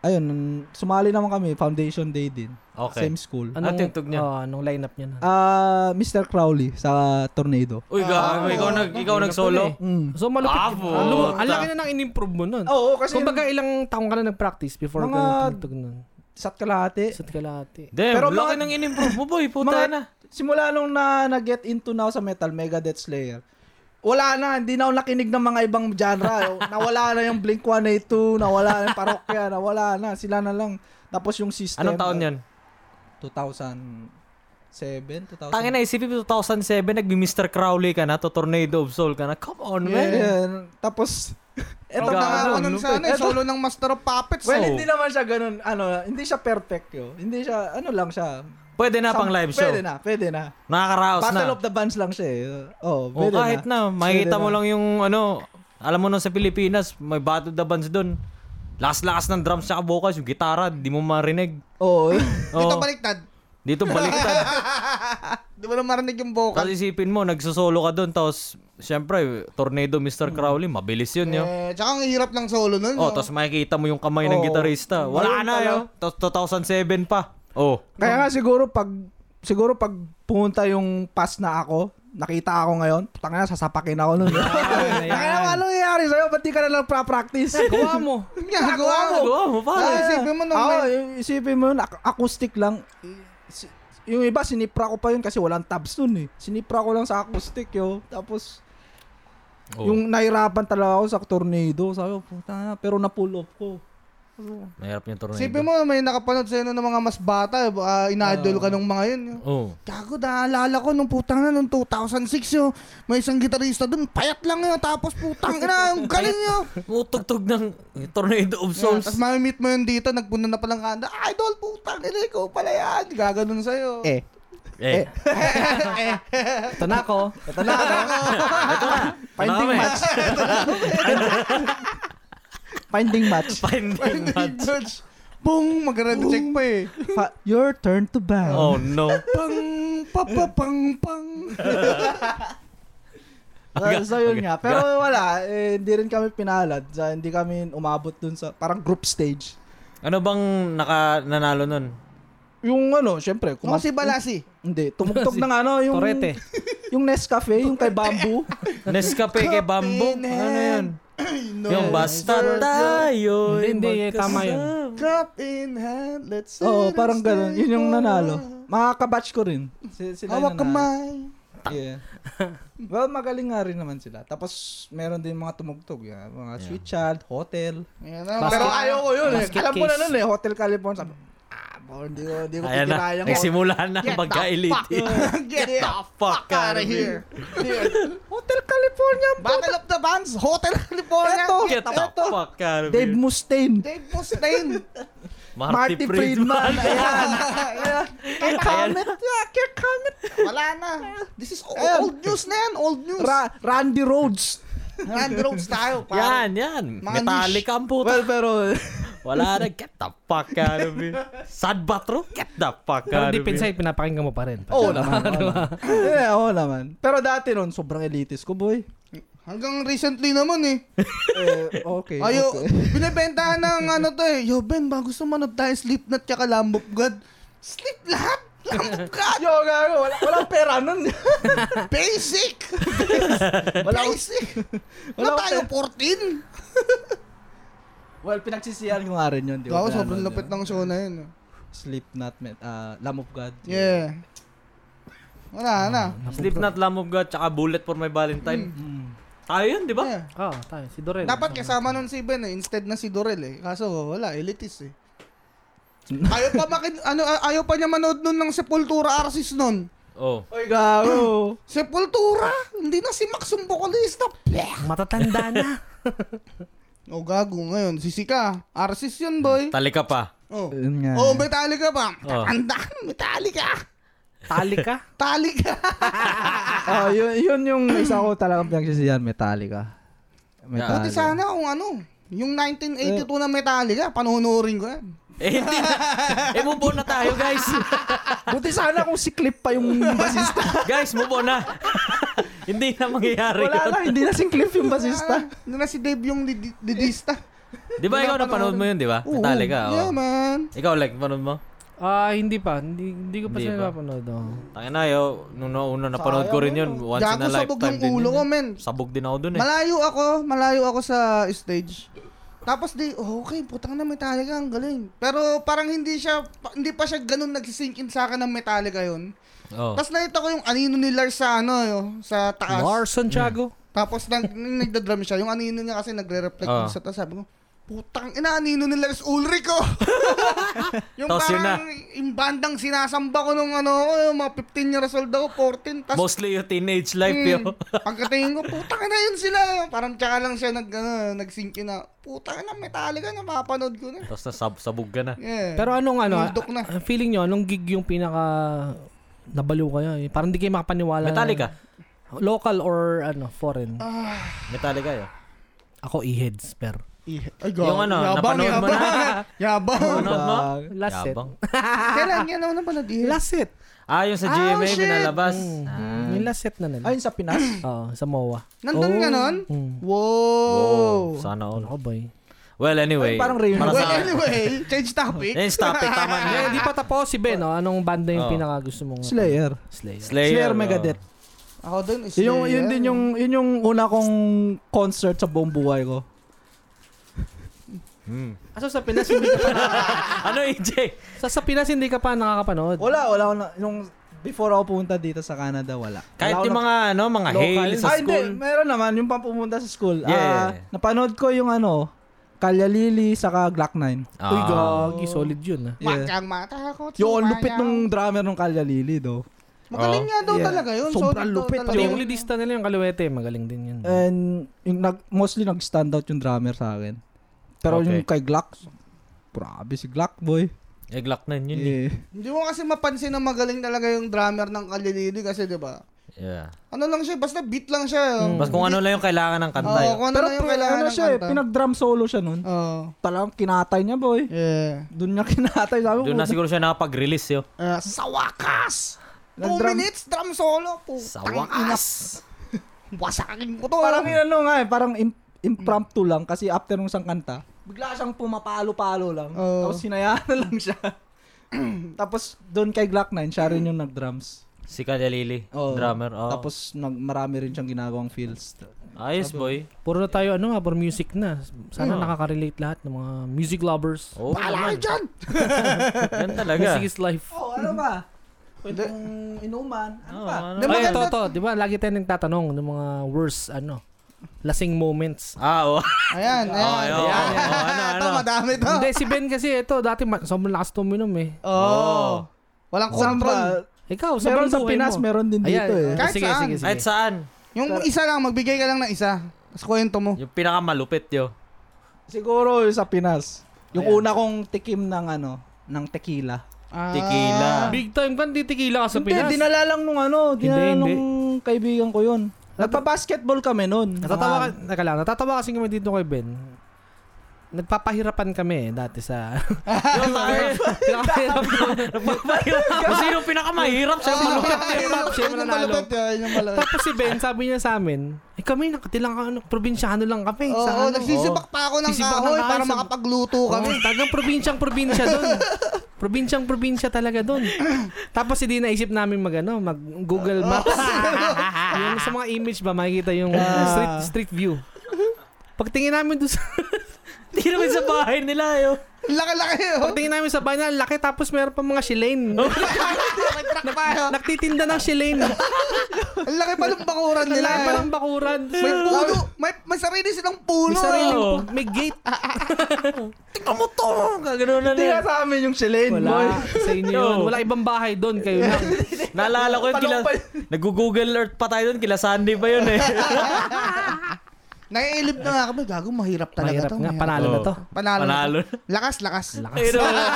S4: Ayun, nung- sumali naman kami, Foundation Day din.
S2: Okay.
S4: Same school.
S1: Anong,
S2: Ah, tugtog niya.
S1: Oo, anong lineup niya na?
S4: Ah, Mr. Crowley sa Tornado.
S2: Uy, gago, ikaw nag ikaw nag-solo.
S4: Mm.
S1: So malupit.
S2: Ah,
S1: Ah, lum-
S2: puta.
S1: ang laki na nang in-improve mo nun.
S4: Oo, kasi
S1: Kumbaga ilang taong ka na nag-practice before ka
S4: Mga-
S1: nagtugtog nun.
S4: sa kalahati.
S1: Isa't kalahati.
S2: Damn,
S4: Pero
S2: Pero laki
S4: mga-
S2: ng in-improve mo, boy. Puta
S4: Mga-
S2: na.
S4: Simula nung na, na-get into na ako sa metal, Megadeth Slayer, wala na, hindi na ako nakinig ng mga ibang
S2: (laughs)
S4: genre. nawala na yung Blink-182, nawala na yung Parokya, nawala na. Sila na lang. Tapos yung system.
S2: Anong taon yan?
S4: 2008. 7, 2000.
S2: Tangin na, isipin mo, 2007, nagbi-Mr. Crowley ka na, to Tornado of Soul ka ano na. Come on, man.
S4: Yeah.
S2: (laughs)
S4: Tapos, eto
S3: Ito na
S2: Gago,
S4: na
S3: nga ako
S2: ano,
S3: nun sa ano,
S4: eh? eto-
S3: solo ng Master of Puppets.
S4: Well,
S3: oh.
S4: hindi naman siya ganun, ano, hindi siya perfect yo. Hindi siya, ano lang siya.
S2: Pwede na
S4: Some-
S2: pang live show.
S4: Pwede na, pwede na.
S2: Nakakaraos na.
S4: Battle of the Bands lang siya eh. Oh,
S2: O
S4: pwede
S2: kahit na, makikita
S4: Pwede
S2: mo
S4: na.
S2: lang yung ano, alam mo nung sa Pilipinas, may battle of the bands doon. Lakas-lakas ng drums at vocals, yung gitara, di mo marinig. (laughs) Oo.
S4: Oo.
S3: Dito baliktad.
S2: Dito baliktad.
S4: (laughs)
S3: Di mo na marinig yung vocal.
S2: Kasi isipin mo, nagsosolo ka doon, tapos syempre, Tornado Mr.
S4: Hmm.
S2: Crowley, mabilis yun yun.
S3: Eh, tsaka ang hirap ng solo nun.
S2: Oh,
S3: no?
S2: tapos makikita mo yung kamay ng
S4: Oo.
S2: gitarista. Wala
S4: Ayun
S2: na
S4: pala.
S2: yun. Tapos 2007 pa. Oh.
S4: Kaya nga siguro pag siguro pag pumunta yung pass na ako, nakita ako ngayon, putang ina sasapakin ako nun. eh.
S2: Ah,
S4: (laughs) Kaya nga ano nangyayari sa'yo? Ba't di ka na lang pra-practice?
S2: Gawa
S4: (laughs)
S2: mo.
S3: Ginagawa mo.
S2: Gawa mo, pare.
S3: Ah, isipin mo nung
S4: Oo,
S3: may-
S4: yung isipin mo yun, ac- acoustic lang. I- si- Yung iba, sinipra ko pa yun kasi walang tabs nun eh. Sinipra ko lang sa acoustic yo. Tapos,
S2: Oh.
S4: yung nahirapan talaga ako sa tornado. Sabi ko, puta na, pero na-pull off ko.
S2: Mahirap yung Tornado.
S3: Isipin mo, may nakapanood sa'yo nun ng mga mas bata. eh, ah, ina-idol ka nung mga yun.
S2: Oh.
S3: Gago, naalala ko nung putang na, nung 2006 yun. May isang gitarista dun, payat lang yun. Tapos putang na, ang galing yun.
S2: Utugtog ng Tornado of
S3: Yeah,
S2: Souls.
S3: Tapos mamimit mo yun dito, nagpuno na palang kanda. Idol, putang ina, ikaw pala yan. Gaganon sa'yo. (laughs)
S1: (laughs)
S4: Eh.
S2: Eh.
S1: Ito na ako.
S4: Ito na, ano? Finding
S2: Marami.
S4: match. Finding match.
S2: Finding match.
S3: Judge, Bung, mag-red check pa eh.
S4: Fa- Your turn to bow. (laughs)
S2: Oh no.
S3: Pang, papapang, pang.
S4: So, so yun nga. Pero wala, eh, hindi rin kami pinalad. Sa, hindi kami umabot dun sa parang group stage.
S2: Ano bang naka nanalo nun?
S4: Yung ano, syempre.
S3: Kung
S4: kumap-
S3: si Balasi.
S4: Hindi, (laughs) tumugtog ng ano, yung...
S1: Torete.
S4: (laughs) Yung Nescafe, yung kay Bamboo.
S2: Nescafe kay Bamboo? Ano yun? Yung basta tayo.
S1: Hindi, hindi, eh, tama yun.
S3: Cup in hand, let's
S4: Oo,
S3: set it
S4: parang ganun.
S3: straight
S4: Yun yung
S3: for
S4: nanalo.
S3: a
S4: Mga kabatch ko rin. Si- Sila
S3: Hawak
S4: yung nanalo.
S3: kamay.
S4: Yeah. Well, magaling nga rin naman sila. Tapos, meron din mga tumugtog. Yeah. Mga Sweet Child, Hotel.
S3: Ayan na,
S1: Basket-
S3: Pero ayaw ko yun eh.
S1: Basket
S4: Alam ko na
S1: case.
S4: nun eh, Hotel California. Sabi, ah, bro, hindi ko, hindi ko
S2: Ayan na,
S4: pikinaya ko.
S2: nagsimula na ang (laughs) pagka-elite.
S3: Get the fuck out of here.
S4: Hotel California.
S3: Battle of the Bands, Hotel California.
S4: Eto.
S2: Get the fuck out of
S4: Dave
S2: here.
S4: Mustaine.
S3: Dave Mustaine.
S2: Marty Friedman.
S4: Ayan. Ayan. Kay Kamet. Yeah, kay Kamet.
S3: Wala na. This is old,
S4: Ayan.
S3: old news na yan. Old news.
S4: Ra- Randy Rhodes.
S3: Randy Rhodes tayo.
S2: (laughs) Yan,
S3: pare.
S2: yan.
S3: Mga
S2: Metallica ang puta.
S4: Well, pero...
S2: Wala na. Get the fuck out of here. Sad Batro. Get the fuck
S1: Pero
S2: out of
S1: deep
S2: here.
S1: inside, pinapakinggan mo pa rin.
S4: (laughs) Oo naman. (laughs) Oo naman. Eh, oo naman. Pero dati nun, sobrang elitist ko, boy.
S3: Hanggang recently naman eh.
S4: Eh, okay.
S3: Ayo,
S4: okay.
S3: binibentahan ng ano to eh. Yo Ben, bago sumanod tayo, Slipknot tsaka Lamb of God. Sleep lahat? Lamb of
S4: (laughs)
S3: God?
S4: Yo, gago. Wala, walang pera nun. (laughs)
S3: Basic!
S4: Wala-
S3: Basic! Wala
S4: wala
S3: tayo 14?
S4: well, pinagsisiyan ko nga rin yun. Di ba?
S3: Gago,
S4: Kaya
S3: sobrang
S4: nun,
S3: lapit
S4: yun.
S3: ng show na yun. oh.
S4: Slipknot, met, ah Lamb of God.
S3: Yeah. Wala na.
S2: Slipknot, Lamb of God, tsaka Bullet for My Valentine. Tayo yun, di ba?
S3: Mm, Yeah.
S1: Oo, tayo. Si Dorel.
S3: Dapat kasama nun si Ben eh, instead na si Dorel eh. Kaso wala, elitist eh. ayaw pa makin ano ayaw pa niya manood nun ng Sepultura Arsis nun.
S2: Oh.
S4: Oy, gago.
S3: Sepultura, hindi na si Max yung vocalista. Bleh.
S1: Matatanda
S4: (laughs)
S1: na.
S3: O gago ngayon, sisika. Arsis yun, boy.
S2: Talika pa.
S3: Oh.
S4: (laughs) Yun nga.
S3: Oh, Metallica pa.
S2: Oh.
S3: Tanda, Metallica.
S1: Tali ka.
S3: Metallica.
S4: Ah, yun, yun (clears throat) yung isa ko talagang pinagsisiyan, Metallica.
S3: Buti
S4: Metallica.
S3: sana kung ano, yung 1982 na Metallica, panunurin ko yan.
S2: Eh, hindi
S3: (laughs)
S2: na. Eh, move on na tayo, guys.
S4: Buti sana kung si Cliff pa yung basista.
S2: guys, move on na. (laughs) hindi na mangyayari
S4: Wala
S2: yun.
S4: na, hindi na si Cliff yung
S3: Basta,
S4: basista.
S3: na, Ah, na si Dave yung lidi- lidista.
S2: Di ba ikaw napanood mo yun, di ba?
S3: Oo.
S2: (laughs) Metallica.
S3: Yeah,
S2: Oh.
S3: man.
S2: Ikaw, like, panood mo?
S1: Ah, hindi pa. Hindi, hindi ko pa
S2: Hindi
S1: sila
S2: pa.
S1: napanood. oh. oo.
S2: Tangin na, yo. Nung nauna, napanood ko rin yun. Once in
S3: Gago
S2: a
S3: sabog
S2: lifetime
S3: yung
S2: din.
S3: ulo ko,
S2: yun.
S3: men.
S2: Sabog din ako dun eh.
S3: Malayo ako, malayo ako sa stage. Tapos di, oh, okay, putang na Metallica, ang galing. Pero parang hindi siya, pa- hindi pa siya ganun nagsisink in sa akin ng Metallica yun.
S2: Oh.
S3: Tapos nakita ko yung anino ni Lars sa ano, yo, sa taas.
S1: Lars Santiago.
S3: (laughs) Tapos nang, nung nagda-drum siya, yung anino niya kasi nagre-reflect
S2: Ah.
S3: sa taas, sabi ko, Putang ina, nino nila is Ulrico.
S2: (laughs)
S3: yung
S2: Tapos yun
S3: parang yung bandang sinasamba ko nung ano, ko, yung mga 15 years old ako, 14.
S2: (laughs)
S3: Tapos,
S2: Mostly yung teenage life
S3: mm,
S2: (laughs) yun.
S3: pagkatingin ko, putang ina yun sila. Parang tsaka lang siya nag, ano, nag-sync in na, putang ina, Metallica, napapanood ko na.
S2: Tapos nasabog ka na.
S3: Yeah.
S4: Mm.
S1: Pero anong ano,
S3: Nundok na.
S1: ah, feeling nyo, anong gig yung pinaka nabalo kayo? Eh, Parang di kayo makapaniwala. na-
S2: Metallica.
S1: local or ano, foreign.
S4: Ah.
S2: Metallica yun.
S1: Ako e-heads, pero.
S3: Eh, Ay, gago.
S2: Yung ano,
S3: yabang,
S2: napanood mo
S3: yabang, (laughs)
S2: na?
S3: yabang.
S2: (laughs) Ano mo?
S1: Last set.
S2: Yabang.
S3: Kailan yan ako napanood? Eh,
S1: Last set.
S2: Ah, yung sa
S3: Oh,
S2: GMA
S3: shit!
S2: pinalabas. Ah.
S1: Yung last set na nila.
S4: Ayun sa Pinas.
S1: Oo, sa MOA.
S3: Nandun
S4: Oh.
S3: nga nun?
S2: Hmm.
S1: Mm.
S3: Wow.
S2: Oh, sana all.
S1: Ano ko, boy?
S2: Well, anyway.
S4: Ay, parang reunion.
S2: para
S3: Well,
S2: sa-
S3: anyway, change topic.
S2: Ayun, topic. Tama na.
S1: Eh, di pa tapos si Ben, no? Anong banda yung
S2: Oh.
S1: pinaka gusto mong...
S4: Slayer.
S1: Slayer.
S2: Slayer,
S4: Slayer,
S2: oh.
S4: Megadeth.
S3: (laughs) Ako dun is...
S4: Yun yung, yun din yung, yun yung una kong concert sa buong buhay ko.
S1: Aso Ah, sa Pinas, hindi ka pa, (laughs)
S2: ano, EJ?
S1: sa, sa Pinas, hindi ka pa nakakapanood.
S4: Wala, wala. wala nung before ako pumunta dito sa Canada, wala.
S2: Kahit
S4: Wala ako
S2: yung mga, ano, mga hail
S4: Local.
S2: sa
S4: Ah,
S2: school.
S4: Hindi, meron naman yung pampumunta sa school.
S2: Yeah, yeah,
S4: Ah,
S2: yeah.
S4: napanood ko yung ano, Kalyalili saka Glock 9.
S2: Ah.
S1: Uy, gagi, solid yun, ah.
S4: Yeah.
S3: Matang matakot.
S4: Yung
S3: sumayaw.
S4: lupit nung drummer nung Kalyalili do.
S3: Magaling
S2: Oh.
S3: nga daw
S4: Yeah.
S3: talaga yun.
S4: Sobrang
S3: solid daw
S4: lupit
S3: talaga
S1: Pati
S3: yun.
S1: yung lidista nila, yung kaluwete, magaling din
S2: Mm.
S1: yun.
S4: Eh. And yung nag, mostly nag-stand out yung drummer sa akin. Pero
S2: Okay.
S4: yung kay Glock, grabe si Glock boy.
S2: Eh, Glock 9 yun. eh.
S4: Yeah.
S3: Hindi mo kasi mapansin na magaling talaga yung drummer ng Kalilili kasi di ba?
S2: eh. Yeah.
S3: Ano lang siya, basta beat lang siya. oh.
S2: Mas kung ano lang yung kailangan ng
S3: Oo,
S2: kanta. yun.
S3: kung ano
S4: Pero
S3: lang yung
S4: pre,
S3: kailangan
S4: ano
S3: ng
S4: siya, eh,
S3: kanta.
S4: pinag-drum solo siya nun.
S3: Oo.
S4: Talagang kinatay niya boy.
S3: Yeah.
S4: Doon niya kinatay. Sabi ko,
S2: Doon na siguro siya nakapag-release yun.
S3: Ah, sa wakas! Two
S4: Nag-drum-
S3: minutes, drum solo.
S2: Sa
S3: Putang ina.
S2: wakas.
S3: Wasakin ko to. ah.
S4: parang yun ano nga eh, parang im- impromptu lang kasi after nung isang kanta, bigla siyang pumapalo-palo lang.
S3: Oo.
S4: Tapos hinayaan na lang siya. (clears throat) Tapos doon kay Glock 9, siya rin yung nag-drums.
S2: Si Kalyalili,
S4: Oo.
S2: drummer. Oh.
S4: Tapos nag, marami rin siyang ginagawang feels.
S2: Ayos, boy.
S1: Puro na tayo, ano nga, puro music na. Sana
S4: Hmm.
S2: Mm.
S1: nakaka-relate lahat ng mga music lovers.
S2: Oh,
S3: Bahala kayo
S2: naman.
S3: dyan!
S2: Yan talaga.
S1: Music is life.
S4: Oh, ano (laughs) ba? Pwedeng inuman. Ano
S2: Oh,
S4: ba?
S2: ano?
S3: Di ba
S1: Ay,
S3: ganda-
S1: ito, ito. Di ba, lagi tayo nagtatanong ng mga worst, ano, lasing moments.
S2: Ah, oh.
S3: Ayan, ayan.
S2: Oh, ayan. Oh, ano, ano.
S3: Ito, madami to.
S1: Hindi, si Ben kasi, ito, dati ma- sobrang lakas tuminom eh.
S3: Oh. Walang
S4: Saan
S3: control.
S4: ba?
S1: Ikaw, sa
S4: Meron sa
S1: buhay
S4: Pinas,
S1: mo.
S4: meron din dito eh.
S1: Ayan,
S3: Kahit
S1: sige,
S3: saan.
S1: sige, sige.
S2: Kahit saan.
S3: Yung isa lang, magbigay ka lang ng isa. Tapos kwento mo.
S2: Yung pinakamalupit yun.
S4: Siguro yung sa Pinas. Yung una kong tikim ng ano, ng tequila.
S3: Ah,
S2: Tequila.
S1: Big time ka, hindi tequila ka sa
S4: Hindi,
S1: Pinas.
S4: dinala lang nung ano, dinala
S1: Hindi, hindi.
S4: nung kaibigan ko yun. Nagpa-basketball kami nun.
S1: Natatawa, ka,
S4: Mga-
S1: naka lang, natatawa kasi kami dito kay Ben. Nagpapahirapan kami eh, dati sa...
S2: Yung Kung sino pinakamahirap
S3: (laughs)
S2: siya, malupit.
S1: Yung malupit, siya yung
S3: Yun yung
S1: mananalo.
S3: malupit, yun yung malupit.
S1: Tapos si Ben, sabi niya sa amin, eh kami, nakatilang ka, ano, probinsyano lang kami.
S3: Oo,
S1: sa
S3: oh,
S1: ano.
S3: nagsisibak pa ako ng
S1: Sisibak ng
S3: kahoy
S1: kahoy
S3: para
S1: sa-
S3: makapagluto
S1: Oo,
S3: kami.
S1: tagang probinsyang-probinsya
S3: (laughs)
S1: doon. Probinsyang-probinsya talaga doon. Tapos hindi naisip namin mag, ano, mag Google Maps.
S3: (laughs)
S1: yung sa mga image ba, makikita yung
S3: Ah.
S1: street, street view. Pagtingin namin
S3: (laughs)
S1: doon sa...
S2: Hindi naman sa bahay nila yun.
S3: Laki-laki yun.
S1: Pagtingin namin sa bahay na, ang laki tapos meron pa mga
S3: (laughs)
S1: shilane.
S3: May truck pa yun.
S1: Nagtitinda ng shilane.
S3: Ang laki pa ng bakuran
S1: Ang
S3: nila.
S1: laki
S3: eh.
S1: palang bakuran.
S3: May puno. May, may sarili silang puno. eh.
S1: May sarili
S2: Oo.
S1: po- may gate.
S2: Tingnan mo to! Gaganoon na
S4: Hindi nga
S2: nila.
S4: sa amin yung Chilean boy.
S1: Wala. Sa inyo yun.
S2: Yo.
S1: Wala ibang bahay doon. Kayo lang.
S2: Naalala ko yun, kila,
S4: Palong pa
S2: nag-google earth pa tayo doon, kila Sunday pa yun
S4: (laughs)
S2: eh.
S3: Naiilib na nga kami. Gago, mahirap talaga
S1: Mahirap
S3: to.
S1: nga.
S3: Mahirap.
S1: Panalo na to.
S3: Panalo. na
S2: Panalo.
S3: to. Lakas, lakas.
S2: Ayun ang mga-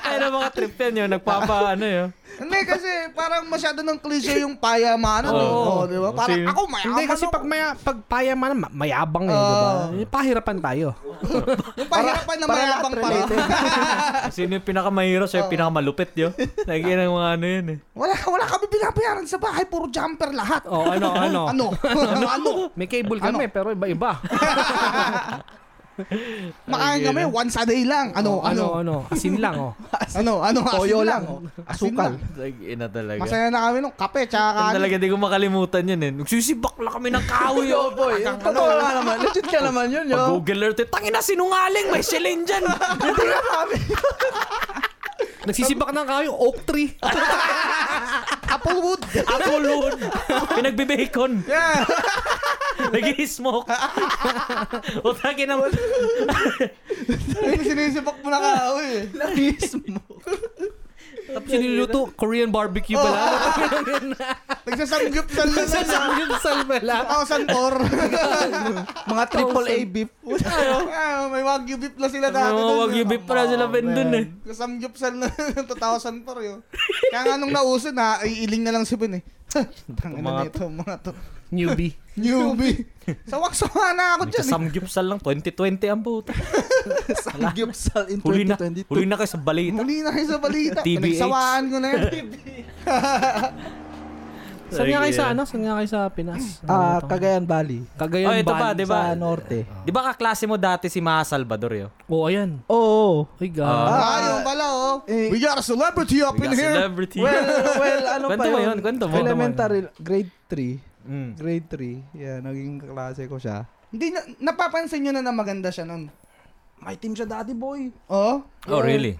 S2: Ayun ang mga trip yan yun, nagpapa ano yun.
S3: Hindi kasi parang masyado ng cliche yung payamanan. eh.
S2: Oo.
S3: Oo, di ba? Parang
S2: Kasi-
S3: ako mayaman.
S1: Hindi kasi
S3: ako.
S1: pag maya, pag payaman, ma- mayabang eh,
S3: Oo.
S1: di ba? Eh, Pahirapan tayo.
S3: Yung pahirapan na mayabang pa rin.
S2: Sino yung pinakamahirap, siya yung pinakamalupit yun. Nagiging ng mga ano yun eh.
S3: (laughs) Wala, wala kami binabayaran sa bahay. Puro jumper lahat.
S1: Oh, ano, ano.
S3: Ano? ano? ano?
S1: May cable kami, pero iba-iba.
S3: Maaan kami, once a day lang. Ano?
S1: ano,
S3: Ano?
S1: ano. Asin lang, oh.
S3: Ano? Ano?
S4: Toyo
S3: Asin
S4: lang.
S3: Asin
S4: Asukal.
S3: lang.
S2: Nagina talaga.
S3: Masaya na kami nung kape, tsaka
S2: Yun
S3: kanin.
S2: talaga, di ko makalimutan yun eh. Nagsisibak lang kami ng kahoy.
S4: (laughs)
S2: oh.
S4: Yo boy, totoo ka naman. Legit ka naman yun, yo.
S2: Pag-google earth, eh, tangina sinungaling, may shilin
S4: (laughs)
S2: dyan.
S4: Hindi nga sa amin.
S1: Nagsisibak na kayo, oak
S2: (laughs)
S1: tree.
S3: Applewood.
S2: Apple wood. Pinagbibacon.
S3: Yeah.
S1: (laughs)
S2: Nag-smoke. Utangin na
S3: Ay, sinisipak mo na kahoy eh.
S4: Nag-smoke.
S1: Tapos niluluto, Korean barbecue (laughs)
S3: Oh.
S1: pala.
S3: Nagsasamgyupsal na
S1: Sa
S3: na.
S1: samgyupsal pala.
S3: (laughs) Ako santor.
S4: Mga triple A beef.
S3: Ah, may wagyu beef na sila dati.
S2: Mga
S3: dun,
S2: wagyu
S3: eh.
S2: beef pala
S1: Oh,
S2: sila bendun eh.
S3: Kasamgyupsal na (laughs) 2,000 per yun. oh. Kaya nga nung nauso na, iiling na lang si (laughs) Ben eh. Tangin na
S2: Mga-
S3: nito, mga to.
S1: Newbie.
S3: Newbie. Sawak-sawa na ako dyan eh.
S2: Nagsasamgyupsal lang. 2020 ang puta.
S4: Samgyupsal in
S2: Huli na.
S4: 2022.
S2: Huli na kayo sa balita.
S3: Muli na kayo sa (laughs) balita.
S2: TBH.
S3: Pinagsawaan ko na yan.
S1: Saan nga kayo sa ano? Saan nga kayo sa Pinas? Ano
S4: Ah,
S1: to?
S4: Cagayan Valley.
S1: Cagayan
S2: Oh, ito pa,
S1: Ban.
S2: di ba?
S4: Sa norte.
S2: Di ba kaklase mo dati si Maha Salvador yo?
S1: Oo, ayan.
S4: Oo.
S1: Uy, gago.
S2: Ah.
S3: (laughs) Ah, yun pala oh.
S4: eh,
S3: We got a celebrity up
S2: We
S3: in
S2: got
S3: here.
S2: Celebrity.
S4: Well, well, ano
S2: Kwento
S4: pa
S2: mo
S4: yun?
S2: yun, kwento mo.
S4: Elementary, grade 3.
S2: Mm.
S4: Grade 3. Yeah, naging kaklase ko siya.
S3: Hindi na, napapansin nyo na na maganda siya nun.
S4: My team siya dati, boy.
S3: Oh?
S2: Oh, really?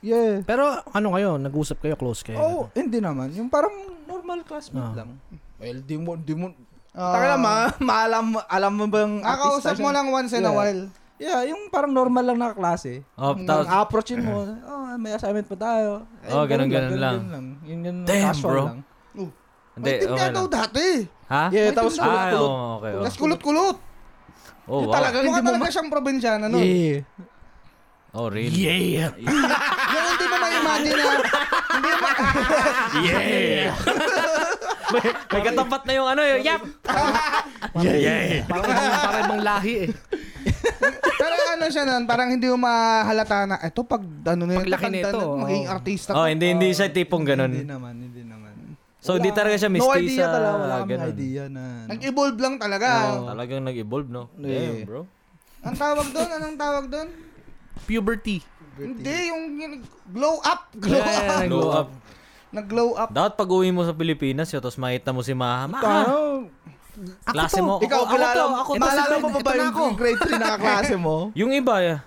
S4: Yeah.
S1: Pero ano kayo? Nag-usap kayo? Close kayo?
S4: Oh, hindi naman. Yung parang normal classmate
S1: Ah.
S4: lang. Well, di mo, di mo.
S3: Ah.
S4: Taka na, ma- maalam, alam mo bang
S3: Nakausap Ah,
S4: artista
S3: mo
S4: siya?
S3: lang once in a
S4: Yeah.
S3: while.
S4: Yeah, yung parang normal lang na klase.
S2: Oh,
S4: Ang
S2: tapos,
S4: approachin mo, oh, may assignment pa tayo.
S2: Oh, ganun, ganun
S4: Yun, yun,
S2: Damn,
S4: casual
S2: bro.
S4: lang.
S3: Oh.
S2: hindi,
S3: May team
S2: okay
S3: niya daw
S2: lang.
S3: dati.
S2: Ha?
S4: Yeah, tapos
S2: Ah,
S4: kulot-kulot.
S2: oo, okay. oo.
S3: Tapos kulot-kulot.
S2: Oh,
S4: Yung
S2: wow.
S4: talaga- hindi
S3: Mukha
S4: mo
S3: talaga siyang probinsyana
S4: Ano?
S3: nun.
S4: Yeah.
S2: Oh, really?
S1: Yeah!
S3: Yung hindi mo ma-imagine na, hindi mo,
S2: Yeah! may, may katapat na yung ano yun. Yap!
S1: Yeah! Parang ibang, parang ibang lahi eh.
S3: pero ano siya nun, parang hindi mo mahalata na, eto pag ano na yun,
S1: Paglaki
S3: tatanda
S1: nito,
S3: na,
S1: oh.
S3: magiging artista
S2: Oh,
S3: ka.
S2: hindi, hindi siya tipong
S4: Hindi
S2: ganun.
S4: naman, hindi naman.
S2: So, hindi talaga siya
S4: No
S2: mistisa.
S4: idea talaga, wala kaming
S2: ganun. Oh,
S4: idea na. ano.
S3: Nag-evolve lang talaga.
S2: Talagang nag-evolve, no?
S4: Yeah.
S2: Damn, bro.
S3: Ang tawag doon, anong tawag doon?
S1: Puberty.
S3: Hindi, yung, yung glow up. Glow
S1: Yeah, yeah,
S3: up.
S1: yeah.
S2: Glow up.
S3: Nag-glow up.
S2: Dapat pag uwi mo sa Pilipinas, yun, tapos makita mo si Maha. Maha!
S4: Tayo,
S2: Klase mo.
S4: ikaw,
S2: Ako- Ako
S4: kilala,
S2: to, ako to.
S4: maalala
S2: si
S4: mo
S2: Ben.
S4: pa ba
S2: Ito na
S4: yung
S2: ako.
S4: grade 3 na
S2: (laughs)
S4: klase mo?
S2: Yung iba, yeah.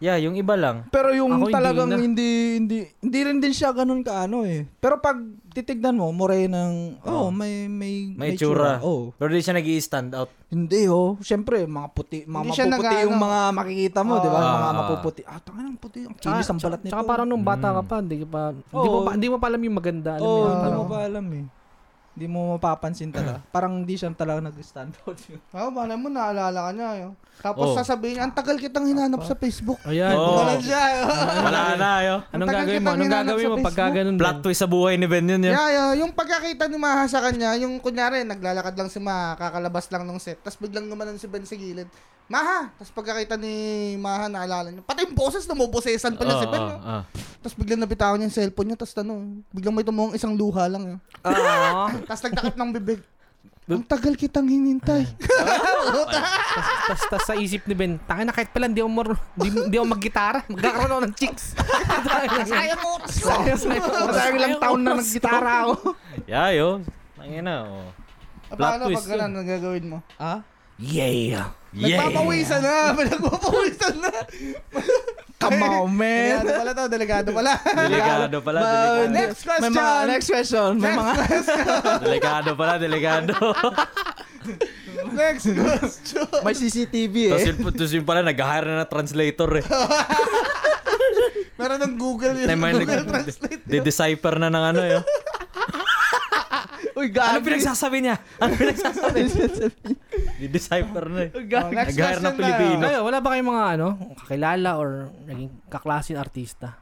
S2: Yeah, yung iba lang.
S4: (laughs) Pero yung
S1: Ako hindi
S4: talagang
S1: na.
S4: hindi, hindi, hindi rin din siya ganun kaano eh. Pero pag titignan mo, morenang, oh, may, may,
S2: May tsura.
S4: Oh.
S2: Pero di siya nag stand out.
S4: Hindi oh. Siyempre, mga puti, mga
S3: Hindi siya
S4: mapuputi
S3: nag-
S4: yung
S3: ano.
S4: mga makikita mo, di ba?
S2: Ah,
S4: mga
S2: ah.
S4: mapuputi. Ah, tanga ng puti. Ang
S1: Tsaka-
S4: kinis ang balat nito.
S1: Tsaka parang nung bata ka pa, hindi ka pa, hindi mo
S4: Oo.
S1: pa, hindi mo pa alam yung maganda. Alam mo
S4: oh,
S1: yun,
S4: hindi
S1: parang,
S4: mo pa alam eh. Hindi mo mapapansin (clears throat) talaga. parang hindi siya talaga nag-stand out.
S3: Oh, malay mo, naalala ka niya. Yun. Tapos
S2: Oh.
S3: sasabihin niya, ang tagal kitang hinanap sa Facebook.
S1: Ayan.
S2: Oo.
S3: Wala siya.
S2: Wala na, yo.
S1: Anong
S3: Ang tagal
S1: gagawin mo?
S3: kitang
S1: Anong
S3: hinanap
S1: gagawin
S3: sa
S1: mo pagka
S3: Facebook.
S1: ganun?
S2: Plot twist sa buhay ni Ben yun, yo.
S3: Yeah, yeah, yung pagkakita ni Maha sa kanya, yung kunyari, naglalakad lang si Maha, kakalabas lang ng set, tapos biglang gumanon si Ben sa gilid. Maha! Tapos pagkakita ni Maha, naalala niya. Pati yung boses, namubosesan pala si Ben. no?
S2: ah.
S3: Tapos biglang nabitawan niya yung cellphone niya, tapos ano, biglang may tumuong isang luha lang. yun. (laughs) tapos nagtakip ng bibig. Ang tagal kitang hinintay. (laughs)
S1: Tapos tas sa isip ni Ben, tangin na kahit pala hindi ako, mar- hindi, hindi ako mag-gitara. Magkakaroon ako ng chicks.
S3: Sayang oras ko.
S1: Sayang lang taon na nag-gitara ako.
S2: Yeah, yo. Tangin na, oh.
S3: Paano
S2: twist
S3: pag ganun, ang gagawin mo?
S4: ah?
S1: Yeah.
S3: Nagpapawisan na.
S4: (laughs)
S3: Nagpapawisan na.
S4: (laughs) Come on, man.
S3: Delegado pala to. Delegado pala.
S2: Delikado pala, delikado.
S3: (laughs) Next
S4: Eh. May
S3: question.
S4: mga, next question. May mga,
S2: delikado pala, delikado.
S3: Next (laughs) question.
S4: may CCTV
S2: tapos
S4: eh.
S2: yun, tapos yun pala, nag-hire na ng translator eh.
S3: Meron ng Google yun.
S2: May mga
S3: Google
S2: nag-
S3: Translate.
S2: De-decipher na ng ano, yo.
S4: Uy,
S2: Ano
S4: gabi.
S2: pinagsasabi niya? Ano pinagsasabi?
S3: (laughs)
S2: Ah. De-decipher na eh.
S3: Oh, next
S2: Nag-hire ng
S3: question na.
S2: Pilipino.
S1: Kayo, wala ba kayong mga ano, kakilala or naging kaklasin artista?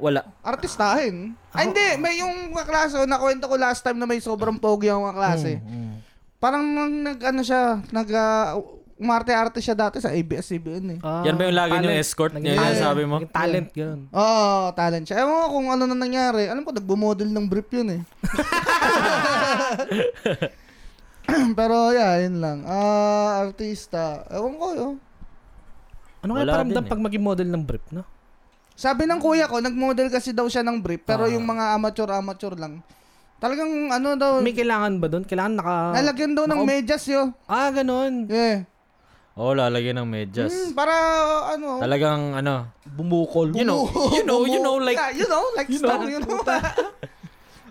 S2: Wala.
S3: Artistahin. Ay, hindi. May yung kaklaso, nakwento ko last time na may sobrang pogi ang kaklase. Parang nang nag, ano siya, nag, ah, umarte-arte siya dati sa ABS-CBN eh.
S1: Ah,
S2: Yan ba yung lagi niyong
S1: talent.
S2: escort niya?
S1: Naging
S2: Yan
S1: talent.
S2: sabi mo?
S1: Naging talent, ganun.
S3: Oo, oh, talent siya. Ewan ko kung ano na nangyari. Alam ko, nagbumodel ng brief
S2: (laughs)
S3: yun eh. (laughs) Pero yeah, yun lang. Ah, artista. Ewan ko oh. yun.
S1: Ano kaya
S2: Wala
S1: paramdam
S2: din eh.
S1: pag maging model ng brief, no?
S3: Sabi ng kuya ko, nagmodel kasi daw siya ng brief.
S2: Ah.
S3: Pero yung mga amateur-amateur lang. Talagang ano daw,
S1: May kailangan ba doon? Kailangan naka...
S2: Ah,
S3: nalagyan daw ng medyas yun.
S1: Ah, ganun.
S3: Yeah.
S2: Oo, Oh, lalagyan ng medyas.
S3: Hmm, para ano.
S2: Talagang ano,
S4: Bumukol.
S2: you know, you know, you know, like,
S3: (laughs) Yeah, you know, like star, you know.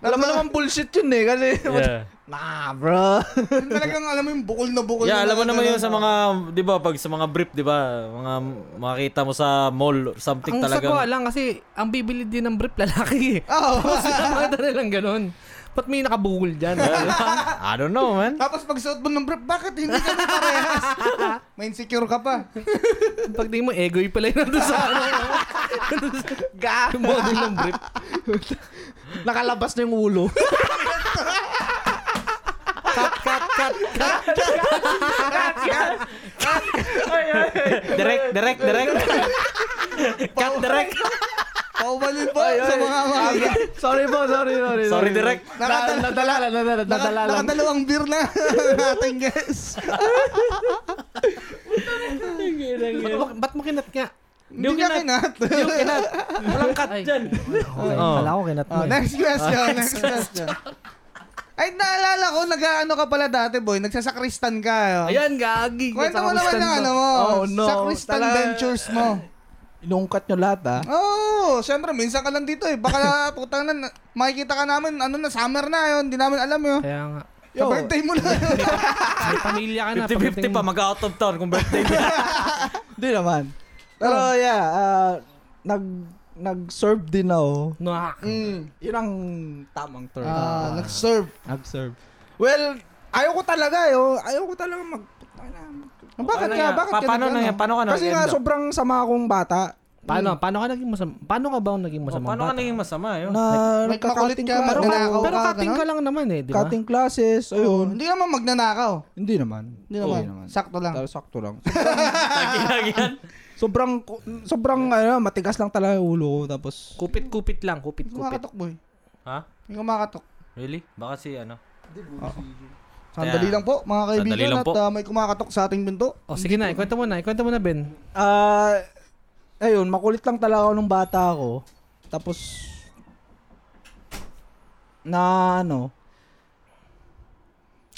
S4: Alam mo naman bullshit yun eh. Kasi,
S2: Yeah.
S4: nah bro.
S3: Yung (laughs) talagang alam mo yung bukol na bukol.
S2: Yeah,
S3: na
S2: alam mo
S3: talaga
S2: naman
S3: na-
S2: yun sa mga, di ba, pag sa mga brief, di ba, mga makita mo sa mall or something
S1: Ang
S2: talaga.
S1: sagwa lang kasi ang bibili din ng brief lalaki eh.
S3: Oo.
S1: Tapos nakita nilang ganun. Ba't may nakabungol dyan?
S2: (laughs) I don't know, man.
S3: Tapos pag suot mo ng brief, bakit hindi ka na
S2: (laughs)
S3: parehas? May insecure ka pa.
S1: (laughs) Pag di mo, egoy pala yun nandun sa ano. nandun sa- Yung model ng brief.
S4: Nakalabas na yung
S1: (laughs)
S4: ulo.
S2: Direct, direct, direct. Cut direct.
S3: Paubalin po sa mga mga.
S4: sorry po, sorry, sorry.
S2: Sorry, direct.
S4: Nadala, nadala, nadala,
S3: Naka,
S4: nadala. lang.
S3: nakadalawang beer na (laughs) natin, guys.
S1: Ba't, mo- ba't mo kinat nga?
S3: Hindi ka kinat.
S1: Walang cut dyan. Okay,
S2: Oo.
S1: Kala ko kinat
S4: Ah.
S1: mo.
S3: (laughs) Oh,
S1: eh.
S3: next question, next question. Ay, naalala ko, nag-ano ka pala dati, boy. Nagsasakristan ka. oh.
S1: Ayan, gagi.
S3: Kwento mo naman ng ano mo.
S4: Oh, no.
S3: Sakristan
S4: Talaga-
S3: ventures (laughs) mo.
S4: Inungkat nyo lahat ah.
S3: Oo, oh, syempre, minsan ka lang dito eh. Baka, (laughs) putang na, makikita ka namin, ano na, summer na yun. Hindi namin alam
S1: ano.
S3: yun.
S1: Kaya nga.
S3: Sa birthday mo lang.
S1: May pamilya ka na.
S2: 50-50 pa, mag-out of town kung birthday mo.
S4: Hindi naman. Pero yeah, ah, nag nag-serve din ako.
S1: No,
S3: mm.
S4: Yun ang tamang term.
S3: (laughs) Ah, nag-serve.
S4: nag-serve. Well, ayaw ko
S3: eh,
S4: talaga,
S3: oh.
S4: ayaw, ayaw ko talaga mag...
S3: Bakit
S2: Paano
S3: ka?
S2: nga?
S3: Bakit
S2: Pa-
S3: ka
S2: paano
S3: nag-ano?
S2: na yan? Paano ka na?
S4: Kasi nga, sobrang sama akong bata.
S1: Paano? Paano ka naging masama? Paano ka ba naging masama?
S2: Oh, paano ka naging masama? Yun?
S4: Na
S3: Like, makulit
S4: nagka-cutting
S3: ka,
S4: cla-
S1: Pero, ka,
S3: Nanakaw
S1: pero
S3: ka,
S1: cutting ka
S3: ganun?
S1: lang naman eh, di ba?
S4: cutting classes, ayun.
S3: Hindi naman magnanakaw.
S4: Hindi naman.
S3: Oh. Hindi naman. Sakto lang.
S4: Pero sakto lang. (laughs)
S2: Lagi-lagian.
S4: sobrang, sobrang, ano, matigas lang talaga yung ulo ko. Tapos,
S1: Kupit-kupit lang,
S3: Hindi
S1: kupit-kupit.
S3: kumakatok, boy.
S2: Ha?
S3: Hindi kumakatok.
S2: Really? Baka si ano?
S3: Sandali
S2: Kaya-
S3: lang po, mga
S2: Sandali
S3: kaibigan, at
S2: lang po.
S3: ah, may kumakatok sa ating binto.
S1: Oh, sige na, ikwento mo na, ikwento mo na, Ben. (laughs)
S4: Ah, ayun, makulit lang talaga ako nung bata ako. Tapos, na ano,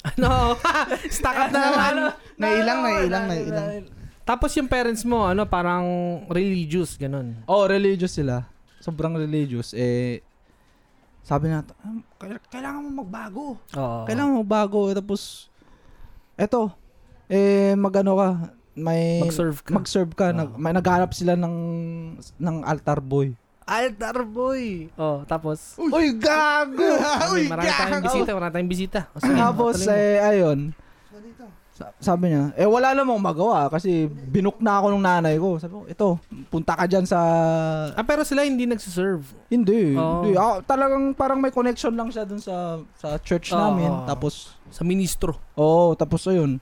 S1: Ano? (laughs) Stuck up na naman.
S3: Ano? Nailang, nailang, nailang.
S1: Tapos yung parents mo, ano, parang religious, ganun.
S4: Oh, religious sila. Sobrang religious. Eh, sabi na, "Ah, kail- kailangan mo magbago.
S1: Oo.
S4: Kailangan mo magbago. Tapos, eto, eh, magano ka, may
S1: Mag-serve ka.
S4: mag-serve ka. Nag, may naghanap sila ng ng altar boy.
S1: Altar boy. Oh, tapos.
S3: Uy, Uy gago! (laughs)
S1: Uy,
S3: Uy,
S1: marami tayong
S3: gago!
S1: bisita, marami tayong bisita. O, sige,
S4: (clears throat) Tapos,
S1: tuloy mo.
S4: eh, ayun. Sa- Sabi niya, eh wala namang magawa kasi binook na ako ng nanay ko. Sabi ko, ito, punta ka dyan sa...
S1: Ah, pero sila hindi nagsiserve.
S4: Hindi,
S1: Oo.
S4: hindi. Ah, talagang parang may connection lang siya dun sa sa church
S1: Oo.
S4: namin. Tapos,
S1: Sa ministro.
S4: oo, tapos ayun.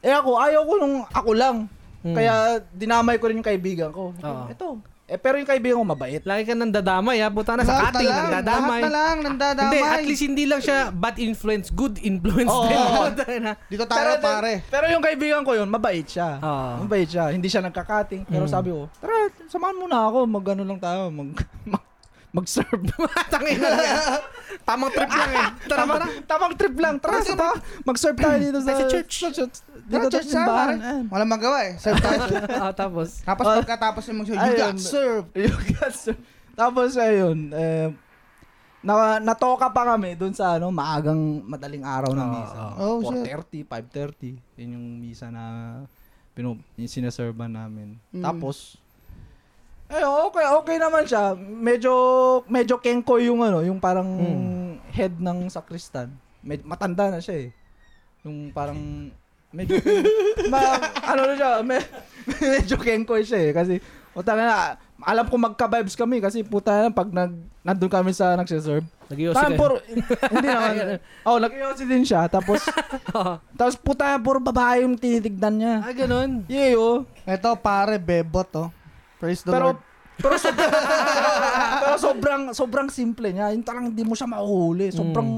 S4: Eh ako, ayaw ko nung ako lang.
S1: Hmm. Ah.
S4: Kaya dinamay ko rin yung kaibigan ko.
S1: Oo.
S4: Ito. Eh pero yung kaibigan ko mabait.
S1: Lagi ka nang dadamay, ha? Buta na sa
S3: Lahat na
S1: cutting,
S3: lang,
S1: nang
S3: lahat
S1: dadamay.
S3: na lang, nandadamay.
S1: Hindi, at least hindi lang siya bad influence, good influence
S4: Oo.
S1: din. (laughs) Putang ina.
S3: Dito tayo,
S4: din-
S3: pare. (laughs)
S4: pero yung kaibigan ko yun, mabait
S1: (laughs)
S4: siya.
S1: Ah.
S4: Mabait siya. Hindi siya nagkakating.
S1: Mm.
S4: Pero sabi ko, tara, samahan mo na ako. Mag-ano lang tayo. Mag, mag, mag-serve.
S1: Tangin na yan. Tamang trip lang (laughs) eh. Tara,
S4: tamang,
S1: tara.
S4: tamang trip lang. Tara, sa ba? Mag-serve tayo dito sa,
S1: Ay, sa church.
S4: Sa church.
S3: Dito
S4: Dito
S3: church
S4: sa
S3: sa pare.
S4: simbahan. Ayan.
S3: Walang magawa eh. Serve tayo.
S1: Ah, tapos.
S4: (laughs)
S3: Tapos
S4: Oh.
S3: pagkatapos yung mag-serve, you got
S4: Ayun. (laughs)
S3: served.
S4: Yung gas. Tapos ayun, eh, na, natoka pa kami dun sa ano, maagang madaling araw na misa.
S3: Oh, shit.
S4: 4.30, 5.30. Yun yung misa na pinu, yung sinaserban namin.
S3: Mm.
S4: Tapos, eh, okay, okay naman siya. Medyo, medyo kengko yung ano, yung parang head ng sakristan. Med, matanda na siya eh. Yung parang, (laughs) medyo, ma, ano na siya, me, medyo kengko siya eh. Kasi, utang na, alam ko magka-vibes kami kasi puta na pag nag, nandun kami sa nagsiserve.
S1: Nag-iossi
S4: Parang
S1: ka.
S4: puro, hindi (laughs) naman. oh, nag-iossi din siya. (laughs) Tapos, tapos puta na, puro babae yung tinitignan niya.
S1: Ah, ganun.
S4: Yeah, oh.
S3: Ito, pare, bebot oh. Praise the
S4: Pero,
S3: Lord.
S4: pero sobrang, (laughs) pero sobrang, sobrang simple niya. Yung talagang hindi mo siya
S1: Mm.
S4: mahuhuli. Sobrang,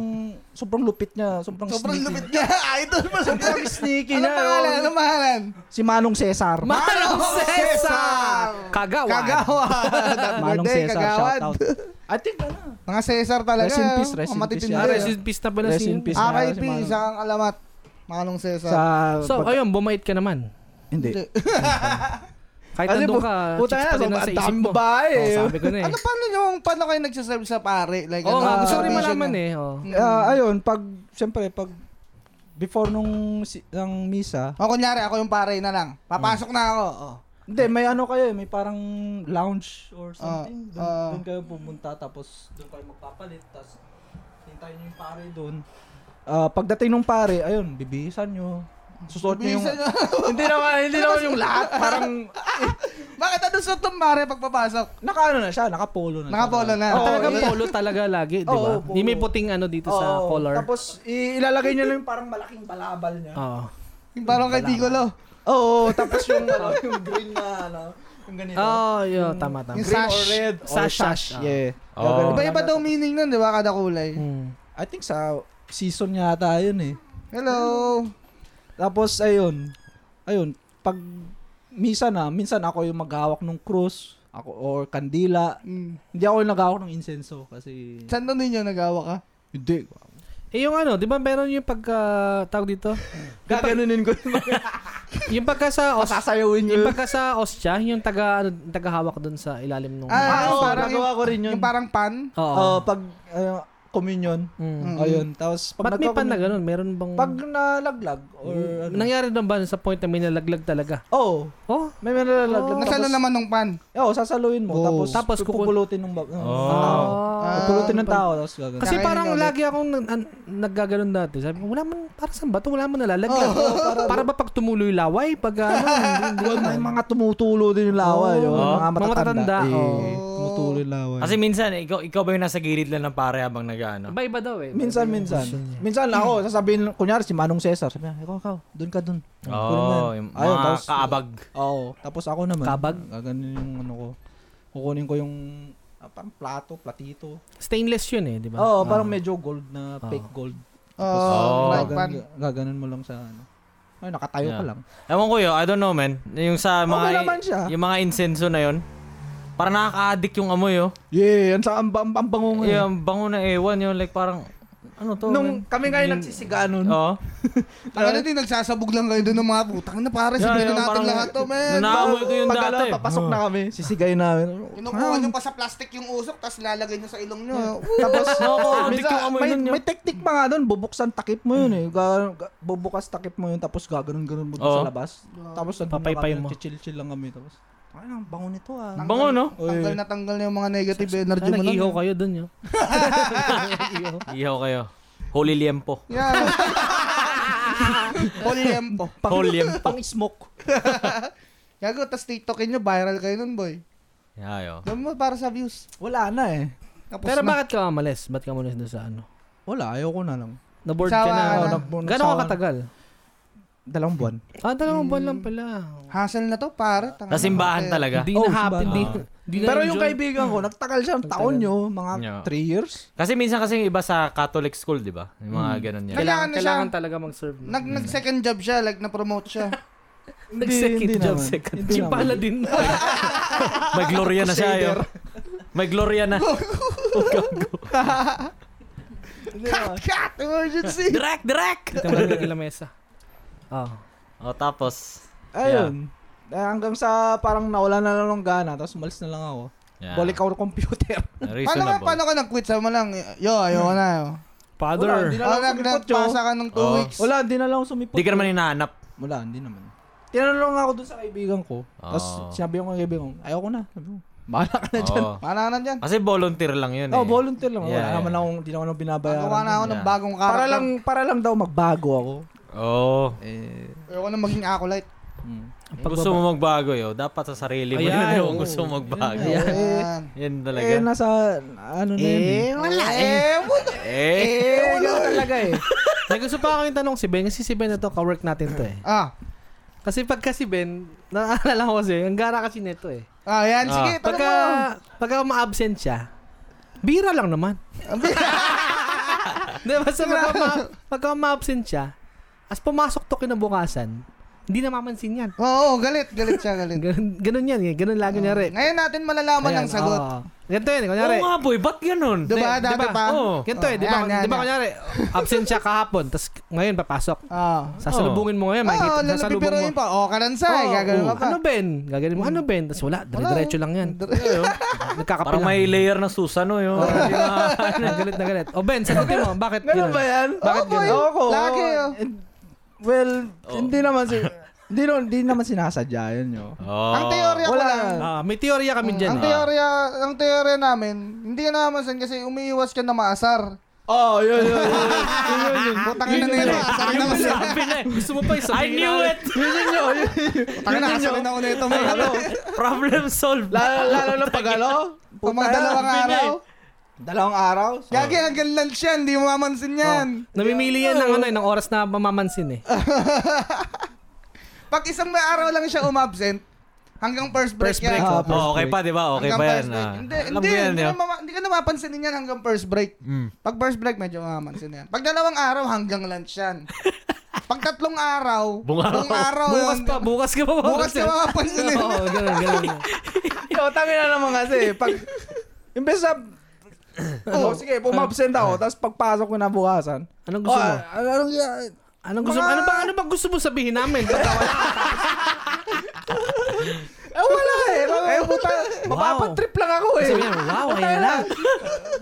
S4: sobrang lupit niya. (laughs) Sobrang,
S3: Sobrang
S4: sneaky.
S3: lupit niya. Idol mo. Sobrang
S4: sneaky
S3: Anong
S4: niya,
S3: pangalan?
S4: oh.
S3: Anong pangalan?
S4: Si Manong Cesar.
S1: Manong
S3: Cesar!
S1: Cesar! Kagawan.
S3: Kagawa.
S4: Manong Cesar,
S3: Kagawan.
S4: shout out. I think ano.
S3: Mga Cesar talaga.
S4: Rest in peace,
S3: oh.
S4: rest in
S3: Ang
S4: peace
S3: matitindi, Ah,
S4: siya.
S1: Ah,
S3: oh.
S1: rest in peace na pala
S4: Rest
S1: si
S4: in peace.
S3: RIP,
S4: Si Manong.
S3: isa kang alamat. Manong Cesar.
S4: Sa,
S1: So,
S4: pag-
S1: ayun, bumait ka naman.
S4: hindi.
S1: Kahit
S4: Kasi
S1: nandun
S4: bu-
S1: ka,
S4: puta
S1: chicks
S4: na,
S1: pa din
S4: so,
S1: nasa
S4: ang
S1: isip
S4: daming
S1: mo.
S4: babae,
S1: Oo,
S4: eh.
S1: sabi ko na eh.
S3: Ano paano yung paano kayo nagsiserve sa pare? Like,
S1: Oo nga,
S3: ano,
S1: gusto ko rin
S3: condition
S1: malaman
S3: niya?
S1: eh. oo.
S4: Ah, ayun, pag, siyempre, pag, before nung si, ng misa,
S3: eh. O kunyari, ako yung pare na lang. Papasok na ako. Oh.
S4: hindi, may ano kayo, eh, may parang lounge or something. doon,
S3: ah.
S4: doon kayo pumunta, tapos doon kayo magpapalit, tapos hintayin nyo yung pare doon. Ah, pagdating nung pare, ayun, bibihisan nyo. Susuot nyo yung...
S3: Bisan niya. (laughs)
S4: hindi naman,
S3: Ano
S4: hindi naman yung lahat. Parang,
S3: Bakit ano suot ng pare pag papasok?
S4: naka ano na siya, naka polo na siya.
S3: Nakapolo na.
S1: Ah,
S4: Oo,
S1: talagang
S4: yun.
S1: polo talaga lagi, di
S4: Oo,
S1: ba?
S4: polo.
S1: Hindi may puting ano dito sa
S4: Oo,
S1: color. Ah.
S4: Tapos, i- ilalagay nyo lang yung parang malaking balabal niya.
S1: Oo.
S3: Yung parang kay Piccolo.
S4: Oo, tapos yung, ano, yung green na, ano, yung ganito.
S1: Oo, yun, tama, tama.
S3: Yung
S4: green
S3: sash.
S4: or red.
S1: Ah, Sash, sash, ah.
S4: Yeah.
S2: Oo.
S4: Gagawin
S2: Iba
S3: Iba-iba
S4: natin.
S3: daw meaning nun, di ba? Kada kulay.
S1: Hmm.
S4: I think sa season yata yun eh.
S3: Hello.
S4: Tapos, ayun. Ayun, pag misa na, minsan ako yung maghawak ng krus ako or kandila.
S3: Mm.
S4: Hindi ako yung naghawak ng insenso kasi
S3: Saan doon ninyo nagawa ka?
S4: hindi.
S1: Eh, yung ano, di ba meron yung pagka, tawag dito?
S4: Gaganunin ko yung mga (laughs)
S1: Yung pagka sa os,
S4: sasayawin
S1: yung
S4: yun.
S1: pagka sa ostya, yung taga, ano, tagahawak dun sa ilalim nung...
S3: Ah,
S4: oo,
S3: parang
S4: nagawa ko rin yun.
S3: Yung parang pan?
S1: Oo.
S4: Oo, pag uh, communion.
S1: Mm.
S4: Ayun, tapos pag
S1: Ba't may pan na
S4: nagka-communion-
S1: ganun? Meron bang... Mm.
S4: Pag nalaglag or ano.
S1: nangyari doon ba sa point na may nalaglag talaga?
S4: oh,
S1: Oh,
S4: may may nalaglag.
S3: Nasa
S4: tapos,
S3: ano naman nung pan?
S4: Oo, sasaluin mo.
S3: Oh.
S4: Tapos,
S1: Tapos
S4: tapos
S1: kukul-
S4: pupulutin ng bab-
S2: Oh.
S4: ng tao.
S1: Ah.
S4: Pupulutin ng tao, tapos gagawin.
S1: Kasi
S3: Kakainin
S1: parang
S3: ka ulit.
S1: lagi akong nag- an- naggaganon dati. Sabi ko, wala man, para saan ba ito? Wala man
S4: Oh.
S1: nalalaglag. para ba pag tumuloy laway? Pag ano, hindi, hindi.
S4: Yun, may mga tumutulo din yung lawa.
S1: Oo.
S4: yun, mga
S1: Mga
S4: matatanda.
S1: matatanda, oo.
S4: Eh, tumutulo yung lawa.
S2: Kasi minsan, ikaw, ikaw ba yung nasa gilid lang ng pare habang nag-ano?
S1: Iba-iba daw eh.
S4: minsan, minsan. Minsan ako, sasabihin, kunyari si Manong Cesar, sabi niya, ikaw, ikaw, dun ka dun. Kunin mo
S2: Oo,
S4: yan."
S2: yung
S4: Ayun,
S2: mga
S4: tapos,
S2: kaabag.
S4: Oo, tapos ako naman.
S1: Kabag?
S4: Gaganin yung ano ko. Kukunin ko yung ah, parang plato, platito.
S1: Stainless yun eh, di ba?
S4: Oo, parang medyo gold na fake gold.
S3: Oh,
S2: Diba? Ah. Oo.
S3: like pan.
S4: Ah, Gaganon, gaganon mo lang sa ano. Ay, nakatayo
S2: Yeah.
S4: ka lang.
S2: Ewan ko yun, I don't know man. Yung sa mga,
S4: Okay naman siya.
S2: yung mga insenso na yun, parang nakaka-addict yung amoy oh.
S4: Yeah, ang, sa- ang, ang, ang bango nga. eh.
S2: Yung bango na ewan yun, like parang, ano to?
S4: Nung
S2: man?
S4: kami ngayon nagsisiga nun.
S2: Oo.
S3: Ang ano din, nagsasabog lang kayo doon ng mga putang na pare.
S2: Yeah,
S3: Sabihin
S2: yeah,
S3: natin
S2: parang-
S3: lahat to,
S2: Nung
S3: man.
S2: naamoy ko yung
S4: Pag
S2: dati.
S4: alam, papasok na kami, sisigay namin. Ah,
S3: Kinukuha nyo pa sa plastic yung usok, tapos ilalagay nyo sa ilong nyo.
S4: (laughs) Tapos,
S2: Nakaka-addict
S4: minsan,
S2: yung amoy
S4: may,
S2: nun yun.
S4: may teknik pa nga doon, bubuksan takip mo yun eh. Ga- ga- bubukas takip mo yun, tapos gaganon-ganon mo dun
S2: Oo.
S4: sa labas. Tapos,
S1: Papaypay mo.
S4: chill lang kami. Tapos, ay, ang bango nito ah.
S2: Bango no?
S3: Tanggal na tanggal na yung mga negative
S1: Ah,
S3: energy mo
S1: nag-ihaw
S3: lang.
S1: kayo dun yun.
S2: Ihaw kayo. Holy liempo.
S3: Yeah. Polyempo.
S2: Holy
S4: (laughs)
S2: liempo.
S4: oh, Pang smoke.
S3: Gago, tapos TikTokin nyo, viral kayo nun, boy.
S2: Ayo.
S3: Doon mo para sa views.
S4: Wala na eh.
S3: Tapos
S1: Pero
S3: na.
S1: bakit ka mamalis? Ba't ka mamalis doon sa ano?
S4: Wala, ayoko na lang.
S1: Na-board ka
S3: Sawa
S1: na.
S3: ka na.
S1: Gano'n ka
S4: Sawa.
S1: katagal?
S4: Dalawang buwan.
S1: Ah, dalawang buwan lang pala.
S3: Hassle na to, pare. Tanga
S2: Sa
S3: na.
S2: simbahan talaga.
S1: Hindi
S4: Oh,
S1: na happy.
S4: sabagay.
S1: Hindi, hindi na
S4: Pero yung
S1: enjoy.
S4: kaibigan ko, nagtagal siya, taon nyo,
S2: Yeah.
S4: mga 3 years.
S2: Kasi minsan kasi yung iba sa Catholic school, di ba? Yung mga
S1: (laughs)
S2: ganun yan.
S1: Kailangan,
S3: Kailangan na siya.
S1: kailangan talaga mag-serve.
S3: Nag, nag-second job siya, like na-promote siya.
S1: Nag-second
S4: hindi
S1: job.
S4: naman.
S1: Second
S4: Hindi
S1: job.
S4: naman.
S1: pala din.
S2: May gloria na siya. yo. May gloria na.
S3: (laughs) Cut! Emergency!
S2: Direk, direk!
S1: Hindi ka magiging lamesa. Ah.
S2: O Oh, tapos,
S4: Ayun. Eh, hanggang sa parang nawala na lang ng gana, tapos umalis na lang ako.
S2: yeah,
S4: Balik ako ng computer.
S3: Paano ka,
S2: reasonable.
S3: paano ka nag-quit? Sabi mo lang, yo, ayoko na. Yo.
S4: Wala,
S1: Father.
S4: hindi na
S3: Oh,
S4: lang ako
S3: nag
S4: sumipot, yo.
S3: nagpasa ka ng two
S2: Oo.
S3: weeks.
S4: Wala, hindi na lang ako sumipot.
S2: Di ka naman hinahanap.
S4: Wala, hindi naman. Tinanong ako dun sa kaibigan ko. Tapos
S2: Oh.
S4: sinabi ko ng kaibigan ko, ayoko na. Sabi ko, bahala ka na dyan.
S2: Oo.
S3: Paano ka na dyan?
S2: Kasi volunteer lang yun eh.
S4: Oh, volunteer lang. Wala
S2: Yeah,
S4: naman
S2: yeah.
S4: akong, hindi naman akong binabayaran.
S3: Gawa na ako ng
S2: Yeah.
S3: bagong character.
S4: para lang, para lang daw magbago ako.
S2: Oo.
S4: Eh,
S3: Ayoko na maging acolyte.
S4: Hmm.
S2: Kung gusto mo magbago yo, dapat sa sarili mo
S1: Ayan,
S2: yun eh, kung
S1: oo.
S2: gusto mo magbago.
S4: Ayan.
S3: Ayan.
S2: Yan talaga.
S4: eh, nasa, ano na yun. Eh,
S3: Wala eh. wala.
S2: Eh,
S4: eh, ganun talaga eh.
S1: May gusto pa akong tanong si Ben. Kasi si Ben na to, kawork natin to eh.
S3: Ah.
S1: Kasi pagka si Ben, naaalala ko kasi, ang gara kasi nito eh.
S3: Ah, yan.
S2: Ah.
S3: Sige, tanong
S1: Pagka,
S3: mo.
S1: pagka ma-absent siya, bira lang naman. Di ba? Basta pagka, ma- pagka ma-absent siya, as pumasok to kinabukasan, Hindi namamansin yan.
S3: Oo, galit. Galit siya,
S1: (laughs)
S3: galit.
S1: Ganun, ganun yan eh. Ganun lagi niya rin.
S3: Ngayon natin malalaman ang sagot.
S4: ah.
S1: Ganito yan eh.
S2: Oo
S1: Kunyari,
S2: nga boy, ba't ganun?
S3: Diba,
S1: Hindi,
S3: dati
S1: diba?
S3: pa?
S2: Oo.
S1: ganito eh.
S3: Oh,
S1: Di ba,
S3: yan, yan,
S1: di ba
S3: yan.
S1: kunyari, absent siya kahapon, tapos ngayon papasok.
S3: Oo.
S1: Sasalubungin mo ngayon,
S3: Oo,
S1: makikita sasalubong
S3: Ah. lalapipiruin
S1: mo.
S3: pa. Oo, kanansay.
S1: Oo,
S3: Gagawin
S1: oo.
S3: ka pa.
S1: Ano Ben? Gagawin mo, ano Ben? Tapos wala, dire-diretso lang yan. Ayun, Nagkakapil
S2: Parang
S1: lang.
S2: may layer ng susano yun. Hindi na-
S1: Ang (laughs) galit na galit. O Ben, sagutin mo, bakit
S4: Ganun
S1: yun?
S4: ba yan?
S1: Bakit
S3: Oo, boy.
S1: ganun?
S4: Ako.
S3: Lagi, oh.
S4: And- Well,
S2: Oh.
S4: hindi naman si... Hindi, no- hindi naman sinasadya yun, yo.
S2: Oo.
S3: Ang teorya ko
S4: Wala.
S3: lang.
S1: Ah, may teorya kami dyan.
S3: Ang
S1: eh.
S3: teorya, ang teorya namin, hindi ka namamansin kasi umiiwas ka na maasar.
S4: Oh, yun, yun, (laughs) yun.
S3: Putang ina nito, asarin na ako nito.
S1: Sabi na eh. Gusto mo pa yung
S2: I
S1: sabihin
S2: knew
S1: na-
S2: it!
S4: Yun yun, yun, yun.
S3: Putang ina, asarin na ako nito. May ano,
S2: Problem solved.
S4: Lalo, lalo na pag ano?
S3: pang mga dalawang
S2: Pinay.
S3: araw.
S4: eh. Dalawang araw?
S3: Gagi, hanggang lunch yan, hindi mo mamansin yan.
S2: Oh.
S1: Namimili yan ng ano eh, ng oras na mamamansin eh.
S3: Pag isang may araw lang siya umabsent, hanggang first break
S1: First break,
S3: yan.
S1: oh.
S2: Oo, okay pa, di ba? Okay
S3: Hanggang
S2: pa yan.
S3: first break.
S2: ah.
S3: Hindi,
S2: Alam
S3: hindi,
S2: mo yan, Mm.
S3: hindi,
S2: yo.
S3: na mama- hindi ka namapansinin yan hanggang first break. Pag first break, medyo mamamansin yan. Pag dalawang araw, hanggang lunch
S2: (laughs)
S3: yan. Pag tatlong araw,
S2: Buong araw.
S3: buong araw
S1: Bukas
S3: yun.
S1: pa, bukas ka pa.
S2: eh.
S3: bukas ka eh. mapapansin
S2: (laughs)
S1: Oo,
S3: yun.
S1: ganun, ganun.
S4: Yo, tangin na naman
S3: Eh,
S4: kasi. Pag,
S2: Eh,
S4: imbes na, oh, sige, pumabsent ako, tapos pagpasok ko na bukasan.
S1: Anong gusto mo?
S4: ah, anong, ah,
S1: Anong gusto mo? Ano ba, ano ba gusto mo sabihin namin?
S4: eh, wala eh. Eh, puta,
S1: Wow.
S4: mapapatrip lang ako eh.
S1: Sabihin mo, wow, ayan lang.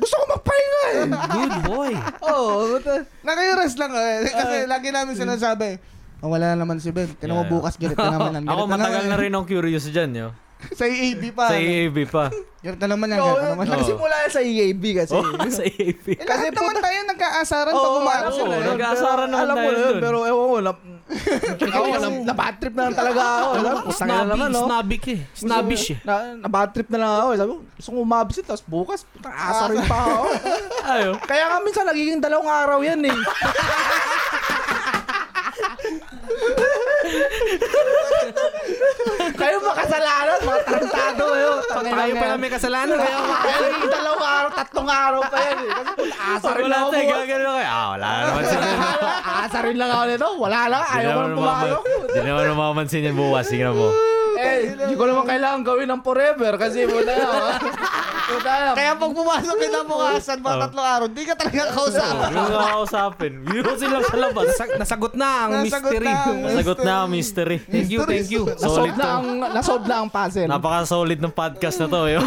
S4: Gusto ko magpahinga eh.
S1: Good
S3: (laughs)
S1: boy.
S4: Oo, (laughs) oh,
S3: Nakirest lang eh.
S2: Ah.
S3: Kasi lagi namin sinasabi, oh, wala na naman si Ben. Tinan mo
S2: Mm. Yeah, yeah.
S3: bukas, galit na eh. naman. yan.
S2: (laughs) Ako
S3: Galit
S2: matagal
S3: naman
S2: na
S3: yan."
S2: rin akong curious dyan, yo.
S3: (laughs) Sa EAB pa. ano?
S2: Sa EAB
S3: (laughs)
S2: pa.
S3: Galit na naman yan.
S4: Yo,
S3: Galit na naman yan.
S4: nagsimula yan sa EAB kasi.
S2: Oo, sa EAB.
S3: Eh, Lahat naman tayo nagkaasaran pag
S4: Oh,
S3: umarap
S2: oo,
S3: sila.
S2: oo,
S3: eh.
S2: nag-aasaran naman
S4: alam mo
S2: tayo
S4: na yun,
S2: dun.
S4: pero ewan ko, na, (laughs) ako, na, na bad trip na lang talaga ako. Alam, mo, putang ina
S1: Snobby,
S4: naman, no?
S1: snobby ka eh. Snobbish eh.
S4: Na, na bad trip na lang ako. eh. Sabi ko, gusto kong umabsent, tapos bukas, putang asa rin pa ako. (laughs)
S2: Ayo.
S4: Kaya nga minsan nagiging dalawang araw yan eh. (laughs) Kayo makasalanan, mga tarantado kayo.
S1: Tayo pala may kasalanan. Kaya
S4: Kaya nagiging dalawang araw, tatlong araw pa yan eh. Kasi putang asa rin
S2: Wala
S4: ako.
S2: tayo,
S4: bukas.
S2: gagano kayo. Ah, wala naman sila.
S3: (laughs)
S4: (laughs) Asa rin lang ako nito. Wala lang.
S2: Di
S4: Ayaw ko
S2: naman
S4: nang
S2: mamaman-
S4: pumasok.
S2: Di naman mamamansin yan bukas. Sige na
S3: (laughs)
S2: po.
S4: Eh, hindi ko naman kailangan gawin ng forever kasi (laughs) wala na. Wala na.
S3: Kaya pag pumasok ka na bukasan, mga tatlong araw, di ka talaga
S1: (laughs)
S3: kausapan.
S2: Yung kakausapin. Yun sila sa labas.
S1: Nasa- Nasagot na ang
S3: Nasagot
S1: mystery.
S3: na ang-
S2: Nasagot na ang mystery.
S1: Thank you, thank you.
S4: Nasolve
S2: Solid
S4: na
S2: to.
S4: ang, nasolve na ang puzzle.
S2: Napaka-solid ng podcast na to,
S3: (laughs)
S2: yo.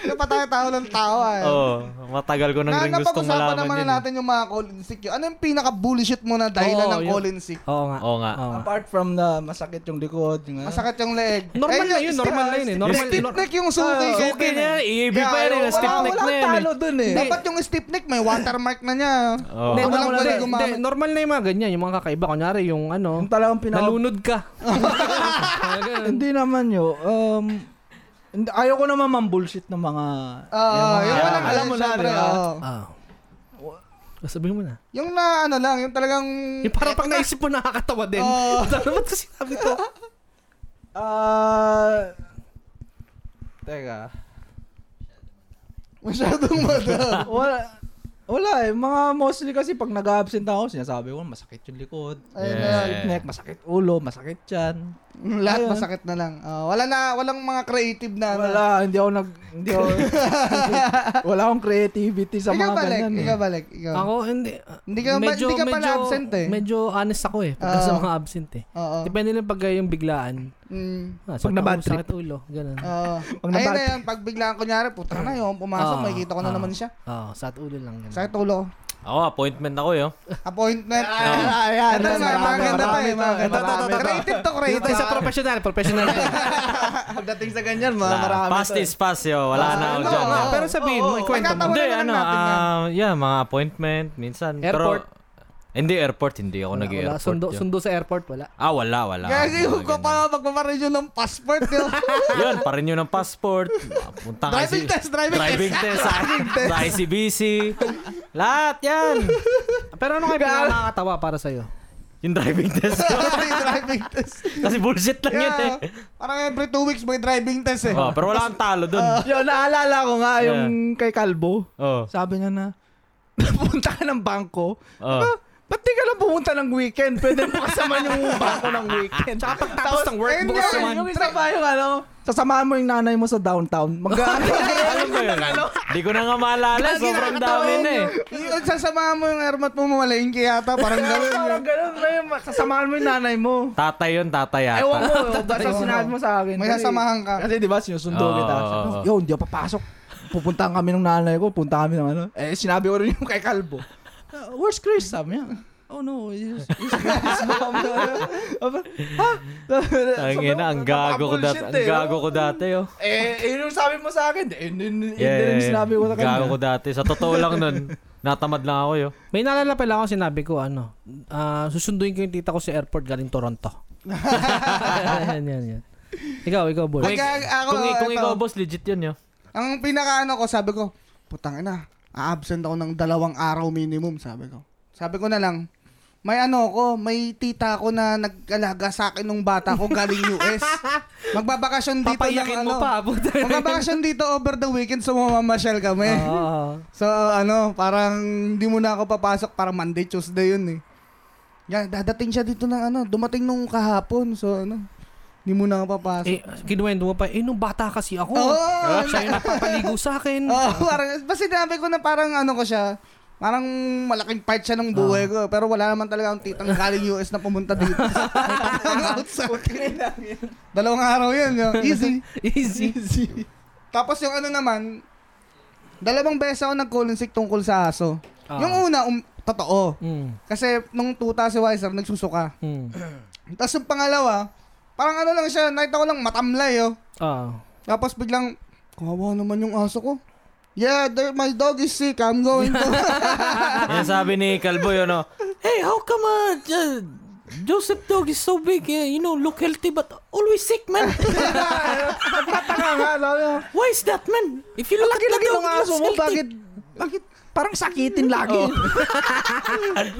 S3: Kaya pa tayo tao ng tao eh.
S2: Oo. Oh, Matagal ko nang
S3: Na,
S2: rin gustong
S3: napag-usapan
S2: malaman eh.
S3: naman
S2: yun.
S3: na natin yung mga call in sick yun. Ano yung pinaka-bullshit mo na dahilan
S1: Oo,
S3: ng
S1: yun.
S3: call in sick?
S1: Oo nga.
S2: Oo nga.
S1: Oo nga.
S4: Apart from na masakit yung likod, yung ano.
S3: Masakit yung leeg.
S1: Normal na
S3: Eh, yung
S1: yun,
S3: stiff-
S1: normal na yun eh. Normal,
S3: Stiff
S1: nor-
S3: neck yung suki.
S2: Ah, suki
S3: Kevin,
S2: niya,
S3: eh.
S2: EAB pa
S3: Kaya
S2: yan,
S3: ayaw,
S2: eh, stiff
S3: wala-
S2: neck
S3: wala.
S2: na yan, eh.
S4: talo dun eh.
S3: Dapat yung stiff neck, may watermark na niya.
S2: Oo.
S1: Hindi,
S3: Ako lang
S1: normal,
S3: pwede
S1: hindi,
S3: gumamit.
S1: hindi, normal na yung mga ganyan, yung mga kakaiba. Kunyari, yung ano,
S4: Yung talagang pinaka...
S1: nalunod
S3: (laughs)
S1: ka. Mga ganun.
S4: Hindi naman yun. Um, hindi- ayaw ko naman mambullshit ng mga...
S3: Oo,
S4: mga-
S3: Ah, yung walang
S4: alam mo na,
S3: syempre,
S4: di ba?
S3: oo.
S1: Ah. Sabihin mo na.
S3: Yung na ano lang, yung talagang...
S1: Yung parang pag naisip mo nakakatawa din. (laughs)
S3: Oo.
S1: Ano ba't ko sinabi
S3: (laughs)
S1: to?
S4: Ah... teka.
S3: Masyadong
S1: (laughs)
S3: madam.
S4: Wala... Wala eh. Mga mostly kasi pag nag-absent ako, sinasabi ko, masakit yung likod.
S3: Ayun
S2: Yeah.
S3: na yun.
S4: Masakit neck, masakit ulo, masakit chan.
S3: Mm, Lahat
S4: Ayun.
S3: masakit na lang. Oo, wala na, walang mga creative na. ano.
S4: Wala, hindi ako nag... Hindi
S3: (laughs)
S4: ako... wala akong creativity sa
S3: ikaw
S4: mga
S3: balik,
S4: ganyan. eh.
S3: ikaw balik, ikaw.
S1: Ako, hindi.
S3: Hindi ka- hindi ka pala absent eh. Ah.
S1: Medyo honest ako eh, pagka
S3: Oo.
S1: sa mga absent eh.
S3: Oo.
S1: Depende lang pag yung biglaan.
S3: Mm.
S1: Ah,
S4: Pag na-bad
S1: sakit
S4: trip.
S1: sakit ulo, ganun.
S3: Oo.
S4: Pag
S3: Ayun
S4: nabat-
S3: na yan, pag biglaan kunyari, puta na yun, pumasok,
S1: Ah,
S3: makikita ko
S1: ah.
S3: na naman siya.
S1: Oo, sakit ulo lang ganun.
S3: Sakit ulo. ko.
S2: Ako, appointment ako, yo.
S3: Appointment. Ah.
S4: Ayan,
S3: Ito na, mga
S4: Ah. marami,
S3: ganda
S4: marami
S3: tayo, mga
S4: to,
S3: ganda
S4: marami
S3: tayo.
S4: to.
S3: Creative to,
S1: Dito
S3: creative.
S1: tayo sa professional,
S3: (laughs)
S1: professional.
S2: Oh,
S4: Pagdating sa ganyan, mga
S2: Wala.
S4: marami.
S2: Past
S4: to.
S2: is past, yo. Wala na
S3: eh.
S2: ako
S3: ano,
S2: dyan.
S3: nga,
S2: yo.
S1: Ah, pero sabihin mo,
S3: Oo, oo.
S1: ikwento mo.
S3: Nagkatawa
S2: Hindi,
S3: na lang
S2: ano,
S3: natin yan.
S2: ah, yeah, mga appointment, minsan.
S1: Airport.
S2: Pero, hindi, airport, hindi ako
S1: Wala, wala.
S2: Oh, nag-airport.
S1: Sundo,
S2: yo.
S1: sundo sa airport, wala.
S2: Ah, wala, wala.
S3: Kaya yung
S2: Mga
S3: ko
S2: ganun.
S3: pa magpaparenew ng passport eh. yun.
S2: Yun, parin yun ng passport. Ah, Punta ka
S3: Driving
S2: si-
S3: test, driving test.
S2: Driving
S3: (laughs)
S2: test. sa- Sa ICBC. Lahat yan.
S1: Pero ano kayo pinakamakatawa para sa'yo?
S2: Yung driving test. yo.
S3: Yung driving test.
S2: Kasi bullshit lang yun eh.
S3: Yeah. Parang every two weeks may driving test eh.
S2: Oh, pero wala kang talo dun.
S3: Ah.
S4: (laughs) Yo, naalala ko nga yung kay Kalbo.
S2: Oh.
S4: (laughs) Sabi niya na, punta ka ng bangko.
S2: Oh.
S4: Aba, Ba't di ka lang pumunta ng weekend? Pwede mo kasama yung (laughs) bako ng weekend.
S1: Tsaka pagtapos ng work,
S3: Ayun
S1: bukas
S3: nga,
S1: naman.
S4: yung isa pa yung ano, sasamahan mo yung nanay mo sa downtown.
S2: (laughs)
S4: Mag-
S2: Alam
S4: (laughs)
S2: ko yun. Di ko na nga maalala. Sobrang dami na eh.
S3: Yung sasama mo yung airmat mo mamalengke yata. Parang gano'n.
S4: Parang ganun na yun. Sasamahan mo yung nanay mo.
S2: Tatay yun, tatay yata.
S4: Ewan
S3: (laughs)
S4: mo, basta sinabi mo sa akin.
S3: May
S4: Kasi-
S3: sasamahan ka.
S4: Kasi di ba, sinusundo
S2: Oo,
S4: kita.
S2: eh. oo,
S4: Sabi ko,
S2: oo.
S4: Yo, hindi ako papasok. Pupuntahan kami ng nanay ko, punta kami ng ano. Eh, sinabi ko rin yung kay Kalbo. "Uh, Where's Chris? Sabi niya. Oh no, he's, he's, he's mom. (laughs) ha?
S2: Tangin na, ang gago ko dati. Ang gago ko dati, oh.
S4: Eh, yun yung sabi mo sa akin. Eh, yun- yun yun din
S2: Yeah, yeah,
S4: yung
S2: yeah.
S4: sinabi ko sa
S2: Gago ko
S4: kanya.
S2: dati. Sa totoo lang
S4: (laughs)
S2: nun, natamad lang ako, yo.
S1: May naalala pala ako sinabi ko, ano, ah, susunduin ko yung tita ko sa airport galing
S3: (laughs)
S1: Toronto. yan, yan, yan. Ikaw, ikaw, boy.
S3: Ay, ka- ako,
S2: Kung, kung
S3: ito.
S2: ikaw, boss, legit yun, yo.
S3: Ang pinakaano ko, sabi ko, putang ina, a-absent ako ng dalawang araw minimum, sabi ko. Sabi ko na lang, may ano ko, may tita ko na nag-alaga sa akin nung bata ko galing US. Magbabakasyon dito
S1: Papayakin
S3: ng
S1: mo
S3: ano.
S1: pa, ah, puta.
S3: Magbabakasyon dito over the weekend, so mamamasyal kami.
S1: Oo.
S4: Ah.
S3: So ano, parang hindi mo na ako papasok, parang Monday, Tuesday yun eh. Yan, dadating siya dito ng ano, dumating nung kahapon, so ano, hindi mo na ako papasok.
S1: Eh, oh. kinuwento mo pa, eh, nung bata kasi ako. Ah,
S3: Oo,
S1: Siya
S3: (laughs)
S1: yung napapaligo sa akin.
S3: Oo, Oh, parang, basta sinabi ko na parang ano ko siya, parang malaking part siya ng buhay ko. eh. Pero wala naman talaga akong titang galing US na pumunta dito. Outside. Dalawang araw yun. yun. Easy.
S1: Easy.
S3: Tapos yung ano naman, dalawang beses ako nag-call sick tungkol sa aso.
S1: Ah.
S3: Yung una, um, totoo.
S1: Mm.
S3: Kasi nung tuta si Wiser, nagsusuka.
S1: Mm.
S3: Tapos yung pangalawa, parang ano lang siya, nakita ko lang matamlay oh.
S1: Oo.
S3: Tapos biglang, kawawa naman yung aso ko. Yeah, there- my dog is sick. I'm going to...
S4: Ah.
S2: Yan sabi ni Kalbo, yun,
S4: (laughs)
S2: oh. Hey, how come, uh, J- Joseph Dog is so big, yeah, you know, look healthy, but always sick, man.
S4: Tataka nga, sabi niya.
S2: Why is that, man? If you look at the
S4: (laughs) Laki-laki
S2: dog,
S4: ng aso mo, bakit? Bakit? Parang sakitin lagi.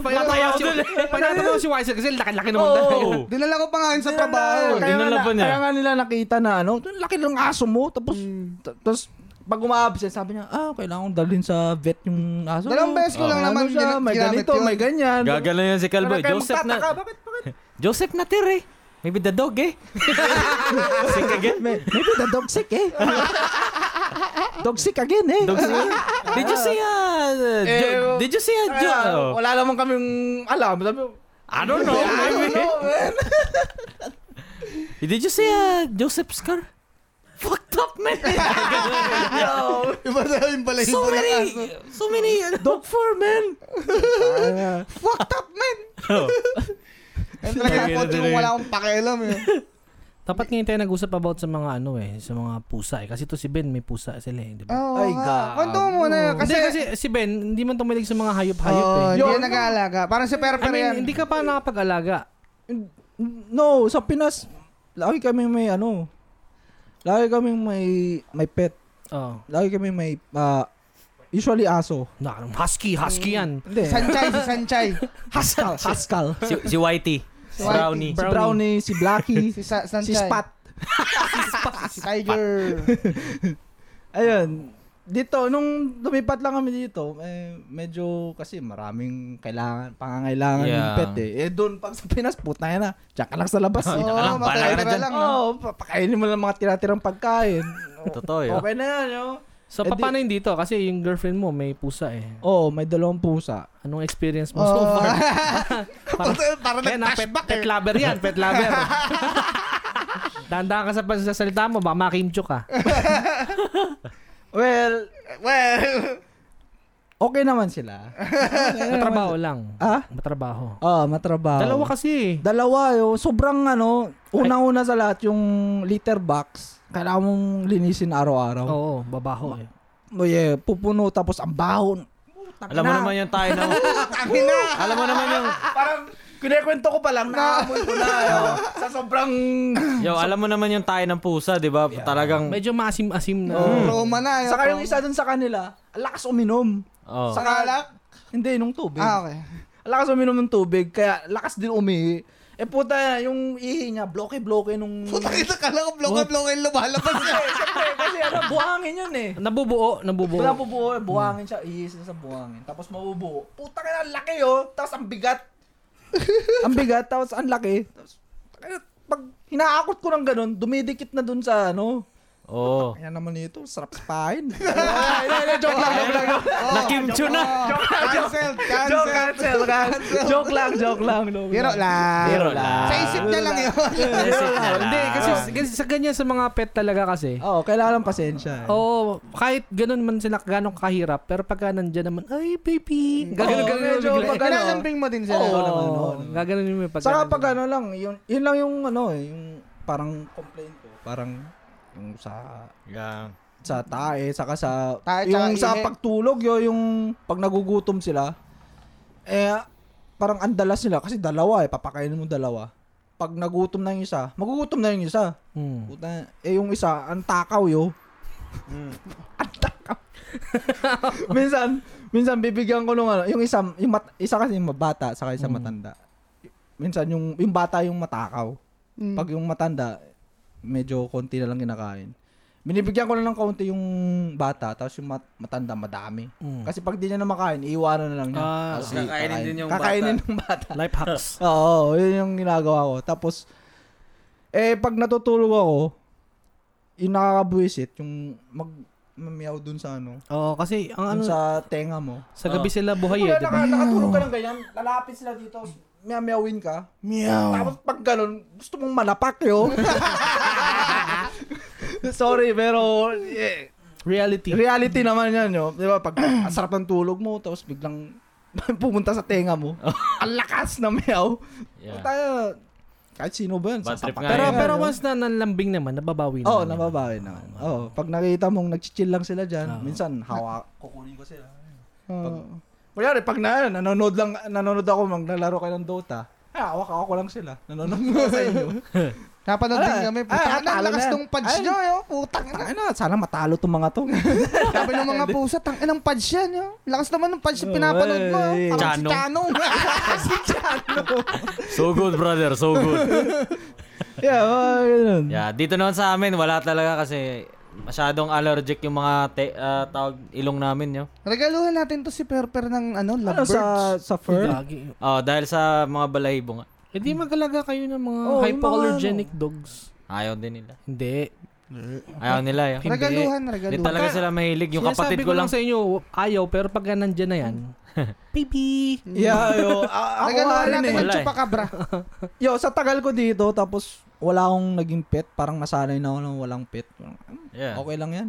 S1: Patay ako dun. eh. Patay ako si Wiser kasi laki-laki naman tayo.
S3: Dinala ko pa nga yun sa trabaho.
S2: Kaya
S4: nga
S2: dinala
S4: na-
S2: pa niya.
S4: Kaya nga nila nakita na ano, "Ang laki ng aso mo. Tapos, ta- tapos pag uma-absent, sabi niya, ah, kailangan kong dalhin sa vet yung aso.
S3: Dalawang beses ko
S4: Oh,
S3: lang naman
S4: siya,
S3: gina-
S4: may
S3: ginamit
S4: ganito,
S3: yun.
S4: may ganyan.
S2: Gagalaw yan si Kalbo.
S4: Kaya
S2: Joseph na,
S4: magtataka, Bakit, bakit?
S2: Joseph na tire, eh. Maybe the dog, eh. sick again.
S4: May- Maybe the dog sick
S3: (laughs)
S4: eh. dog sick again eh.
S2: Dog sick.
S4: (laughs)
S2: Did you see, uh,
S4: Eh,
S2: Jo- did you see, uh,
S4: Kaya,
S2: Jo- oh.
S4: wala naman kaming alam. Sabi,
S2: I don't
S4: (laughs)
S2: know, maybe.
S3: eh.
S2: Did you see uh, Joseph's car? Fucked up, man.
S3: (laughs) Iba na yung pala yung
S2: so
S3: pala
S2: many,
S3: aso.
S2: so many.
S4: dog fur, man.
S3: Fucked up, man!
S2: Oh.
S3: Ayun talaga
S2: Okay,
S3: ako,
S2: tuloy.
S3: yung wala akong pakialam eh.
S1: Dapat ngayon tayo nag-usap about sa mga ano eh, sa mga pusa eh. Kasi to si Ben, may pusa sila eh, di ba?
S3: Oo
S4: Ay,
S3: nga.
S4: gago.
S3: Kwento mo muna yun.
S1: Kasi,
S3: Kasi,
S1: hindi, kasi si Ben, hindi man tumilig sa mga hayop-hayop
S3: oh,
S1: eh.
S3: hindi
S4: Yun.
S3: yan nag-aalaga. Parang si
S1: I
S3: Perper yan.
S1: mean, hindi ka pa nakapag-alaga.
S4: No, sa Pinas, lagi kami may ano, lagi kami may may pet.
S1: Oo.
S4: Lagi kami may, ah, usually aso.
S1: Nakarang husky, husky yan.
S4: Hindi.
S3: Sanchay, si Sanchay.
S4: Haskell. Haskell.
S2: Si, si Whitey. Si Brownie.
S4: Si Brownie, si Blackie,
S3: (laughs) Si Sa- Sanchay.
S4: si Spat.
S3: Si Tiger.
S4: Ayun. Dito, nung lumipat lang kami dito, eh, medyo kasi maraming kailangan, pangangailangan ng
S2: Yeah.
S4: pet eh. Eh doon, pag sa Pinas, puta na. ah. Tsaka lang sa labas.
S3: Oo,
S4: eh.
S2: lang, bahala ka
S3: makaira
S2: na dyan.
S3: lang. no?
S4: Oo, oh, pakainin mo lang mga tira-tirang pagkain.
S2: Totoo yun.
S4: okay na yan, yo.
S1: So,
S4: Eh, di-
S1: paano yun dito? Kasi yung girlfriend mo may pusa eh.
S4: Oo, oh, may dalawang pusa.
S1: Anong experience mo so far? (laughs) Parang,
S3: Parang
S1: kaya na, pet,
S3: nag-flashback eh.
S1: pet lover yan, pet lover. Tanda ka sa pagsasalita mo, baka makimcho ka.
S4: Well,
S3: Well,
S4: okay naman sila.
S1: Matrabaho lang.
S4: Ah?
S1: Matrabaho.
S4: Oo, matrabaho.
S1: Dalawa kasi eh.
S4: Dalawa, yo. Sobrang ano, unang-una sa lahat yung litter box. Kailangan mong linisin araw-araw.
S1: Oo, babaho eh.
S4: Oh, yeah, pupuno tapos ang bahon. Putang
S2: Alam mo
S4: ina.
S2: naman yung tayo na. Alam mo naman yung,
S4: Parang kinekwento ko pa lang, naamoy ko na. yo. Sa sobrang...
S2: yo, alam mo naman yung tayo ng pusa, di ba? Talagang,
S1: Medyo maasim-asim na.
S3: Roma na. yun.
S4: Saka yung isa dun sa kanila, ang lakas uminom.
S2: oh.
S3: Sa kalak?
S4: Hindi, nung tubig.
S3: Ah, okay.
S4: Ang lakas uminom ng tubig, kaya lakas din umihi. Eh puta, yung ihi niya, bloke-bloke nung... (laughs)
S3: Putang ina ka lang, bloke-bloke yung lumalabas niya.
S4: Siyempre, kasi ano, buhangin yun eh.
S1: Nabubuo, nabubuo.
S4: Wala po buo, eh, buhangin siya, ihis na sa buhangin. Tapos mabubuo. Puta ka na, laki oh. Tapos ang bigat. ang bigat, tapos ang laki. Tapos, tangina, pag hinaakot ko ng ganun, dumidikit na dun sa ano.
S2: Oo.
S4: Ayan naman ito, sarap (laughs) spain. Ay, ay, ay, joke lang, joke lang. joke lang.
S2: Nakimcho na.
S3: Oh, cancel,
S4: Joke,
S3: cancel.
S4: cancel, cancel. Joke lang, joke lang. joke
S3: Biro
S4: lang.
S3: lang.
S2: Biro lang.
S3: Sa isip niya lang yun.
S1: Ah, Hindi, kasi, kasi sa ganyan sa mga pet talaga kasi.
S4: Oo, kailangan ng pasensya. eh.
S1: Oo, kahit ganun man sila gano'ng kahirap, pero pagka nandiyan naman, ay baby, gano'n
S4: Oo,
S1: gano'n
S4: medyo
S1: bigla.
S4: pag- Ganun.
S3: Kinalamping mo din sila.
S4: Oo.
S1: Oo, naman, oo. Gaganon yun yung pagka
S4: Saka
S1: nandiyan.
S4: pag ano lang, yun, yun lang yung ano eh, yung parang complaint ko. Parang yung sa
S2: Yeah.
S4: sa tae, saka sa
S3: Tae, tsaka
S4: yung sa
S3: ihi.
S4: pagtulog yo yung pag nagugutom sila eh parang andalas nila kasi dalawa eh papakainin mo dalawa. Pag nagutom na yung isa, magugutom na yung isa.
S1: Hmm.
S4: Puta, eh yung isa ang takaw yo.
S2: Mm.
S4: (laughs) ang takaw. (laughs) minsan, minsan bibigyan ko nung ano, yung isa, yung mat, isa kasi yung mabata saka isa matanda. Minsan yung yung bata yung matakaw.
S3: Mm.
S4: Pag yung matanda, medyo konti na lang kinakain. Binibigyan ko na lang kaunti yung bata, tapos yung mat- matanda madami.
S1: Mm.
S4: Kasi pag di niya na makain, iiwanan na lang niya.
S1: Ah,
S4: Tapos
S2: kakainin din yung
S4: kakainin
S2: bata.
S4: ng bata.
S1: Life hacks.
S4: Oo, yun yung ginagawa ko. Tapos, eh, pag natutulog ako, yung nakakabuisit, yung mag mamiyaw dun sa ano,
S1: Oo, kasi ang ano,
S4: dun
S1: sa,
S4: sa tenga mo.
S1: gabi sila buhay eh,
S4: Kaya
S1: di
S4: naka,
S1: ba?
S4: nakatulog ka ng ganyan, lalapit sila dito, miyawin ka. Tapos pag ganun, gusto mong malapak yo. (laughs) Sorry, pero eh,
S1: Reality.
S4: reality naman yan yo. Di ba, pag (clears throat) ang sarap ng tulog mo, tapos biglang (laughs) pumunta sa tenga mo. ang lakas na meow.
S2: Yeah.
S4: Puta, kahit sino ba yun.
S2: Bad trip
S4: sasapak-
S2: nga
S1: Pero
S2: Ayan,
S1: pero once na nanlambing naman, nababawi
S4: Oo, oh,
S1: naman.
S4: nababawi naman. Oo, oh, pag nakita mong nag-chill lang sila dyan, minsan hawa, kukunin ko sila.
S3: Oo.
S4: Kunyari, pag na, nanonood lang, nanonood ako, maglalaro kayo ng Dota, ah, hawak ako lang sila. Nanonood (laughs) ako sa inyo.
S3: Napanood din
S4: Ah,
S3: kami.
S4: ah,
S3: Putang ina, ang
S4: talo
S3: lakas
S4: na.
S3: ng pads
S4: Ay.
S3: niyo. yo. Putang oh.
S4: (laughs)
S3: ina.
S4: Ay na, sana matalo tong mga to. (laughs)
S3: Sabi ng mga pusa, tang ina ng pads yan. yo. Lakas naman ng pads yung pinapanood mo. oh.
S4: Ay.
S3: Parang si Chanong. (laughs) si Chanong.
S2: So good, brother. So good.
S4: yeah, oh, mga ganun.
S2: yeah, dito naman sa amin, wala talaga kasi masyadong allergic yung mga te- ah, tawag ilong namin, yo.
S3: Regaluhan natin to si Perper ng ano,
S4: Ano
S3: lovebirds.
S4: sa, sa fur?
S1: Lagi.
S2: Oh, dahil sa mga balahibo nga.
S1: Eh di magalaga kayo ng mga
S4: Oo, yung mga
S1: hypoallergenic dogs.
S2: Ayaw din nila.
S1: Hindi.
S2: Ayaw nila, yo.
S3: Regaluhan,
S2: Hindi
S3: regaluhan.
S2: talaga sila mahilig. Yung
S1: Sinasabi
S2: kapatid ko lang.
S1: sa inyo, ayaw, pero pag nandyan na yan, (laughs) baby.
S4: Yeah, yo. A- ako nga
S3: Regaluhan
S4: rin
S3: natin
S4: eh.
S2: Wala
S3: yung
S2: eh.
S3: chupacabra.
S4: Yo, sa tagal ko dito, tapos wala akong naging pet. Parang nasanay na ako ng walang pet. Parang, "Hmm,
S2: Yeah.
S4: Okay lang yan.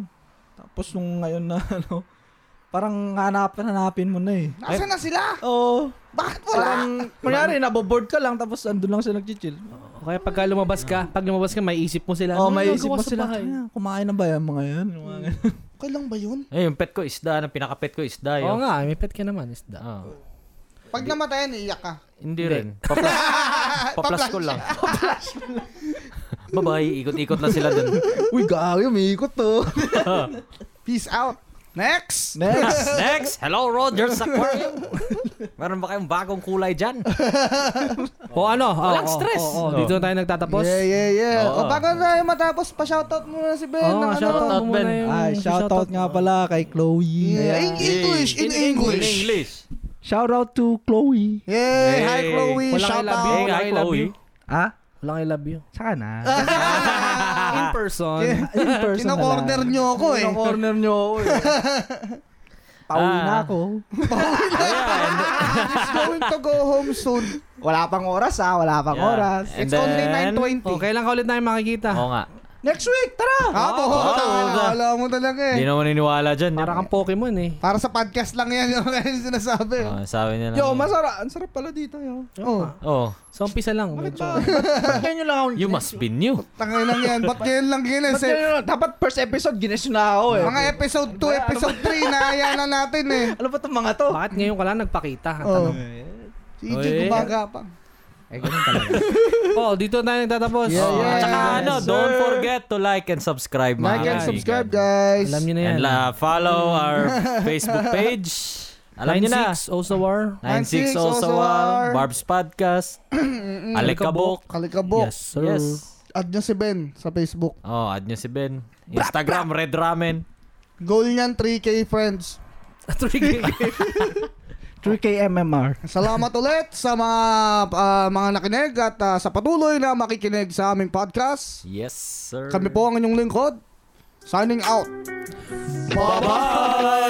S4: Tapos nung ngayon na, (laughs) ano, parang hanapin, hanapin mo na eh.
S3: Nasaan na sila?
S4: Oo.
S3: Bakit wala?
S4: parang, kunyari, naboboard ka lang, tapos andun lang sila nag-chill.
S1: O kaya pagka lumabas ka, pag lumabas ka, may isip mo sila.
S4: Oh,
S1: "Ano
S4: may
S1: yung
S4: isip
S1: nagawa
S4: mo
S1: sa
S4: sila, Hmm.
S1: bahay?"
S4: "Tangina, kumain na ba yan mga yan? Yung mga ganun. (laughs)
S3: Kailan ba yun?
S2: Eh, yung pet ko isda, ang pinaka-pet ko isda,
S1: Oo
S2: yo.
S1: nga, may pet ka naman, isda.
S2: Oo.
S3: Pag namatayan, iiyak ka.
S2: Hindi rin. Paplas, paplas ko lang. (laughs) Babae, ikot-ikot na sila dun.
S4: Uy, gagawin, umiikot (laughs) to.
S3: Peace out. Next!
S4: Next.
S2: Next, hello Rogers Aquarium. Meron ba kayong bagong kulay dyan?
S1: O ano?
S2: Walang
S1: oo,
S2: stress.
S1: oo, oo. Dito na tayo nagtatapos.
S3: Yeah, yeah, yeah.
S2: Oo.
S3: O, bago tayo matapos, pa-shoutout muna si Ben.
S1: Oo,
S3: ng
S1: shoutout
S3: ano.
S2: Shoutout,
S1: mo
S2: Ben.
S1: muna yung-
S4: Ay, shoutout nga pala kay Chloe.
S3: Yeah. In English, in, English.
S2: In English.
S4: Shoutout to Chloe.
S3: Yay! Hi,
S2: Hey.
S3: Chloe!
S1: Walang I
S3: Shout
S1: love
S3: (laughs)
S1: you.
S3: out!
S2: Hey,
S1: Walang
S2: hi,
S1: I love you.
S4: Ha?
S1: Walang I love you.
S4: Ah, Saka na.
S1: (laughs) In person.
S4: In person na lang.
S3: Kino-corner niyo ako eh.
S4: Kino-corner nyo ako eh. (laughs) Pauwi na
S2: Ah.
S4: ako.
S3: (laughs) She's going to go home soon.
S4: Wala pang oras ah, wala pang
S2: Yeah.
S4: oras.
S2: And
S3: It's only
S2: then-
S3: 9.20.
S1: O, kailan ka ulit namin makikita?
S2: Oo nga.
S4: Next week, tara!
S3: Ah, po.
S2: Oo, oo.
S3: Wala mo talaga eh.
S2: Hindi naman niniwala dyan.
S1: Para kang Pokemon eh.
S3: Para sa podcast lang yan (laughs) yung kaya sinasabi.
S2: Ah, sabi niya lang.
S4: Yo, masarap. Ang sarap pala dito, yo.
S3: Oh,
S2: Oh,
S1: So, umpisa lang.
S4: Bakit
S1: Medyo.
S4: ba? Ba't ganyan lang ako?
S2: you must be new.
S3: tangay lang yan. Ba't ngayon lang yun eh?
S4: Ba't ganyan lang? Dapat first episode, ginesh na ako eh.
S3: Mga episode 2, episode 3, naaya na natin eh.
S4: Ano ba itong mga to?
S1: Bakit ngayon ka lang nagpakita? Ang
S3: Oh.
S1: tanong.
S3: Si EJ
S1: Oy.
S3: gumaga pa.
S4: Eh, ganun talaga.
S1: Oh, dito tayo nagtatapos.
S3: Yeah,
S1: Oh,
S3: yeah.
S2: Tsaka
S3: Yes,
S2: ano,
S4: sir.
S2: don't forget to like and subscribe. mga
S3: Like and
S2: kaibigan.
S1: Ano
S3: subscribe guys.
S1: Alam niyo na yan.
S2: And la- follow our Facebook page. Alam niyo na.
S1: 96 (laughs) Osawar.
S2: 96 Osawar, Barb's Podcast, Alikabok.
S3: Kalikabok.
S1: Yes, sir.
S2: Yes.
S3: Add nyo si Ben sa Facebook.
S2: Oh, add nyo si Ben. Instagram, Red Ramen.
S3: Goal niyan, 3K friends.
S4: 3K MMR.
S3: Salamat ulit sa mga ah, mga nakinig at ah, sa patuloy na makikinig sa aming podcast.
S2: Yes, sir.
S3: Kami po ang inyong lingkod. Signing out.
S2: Bye-bye!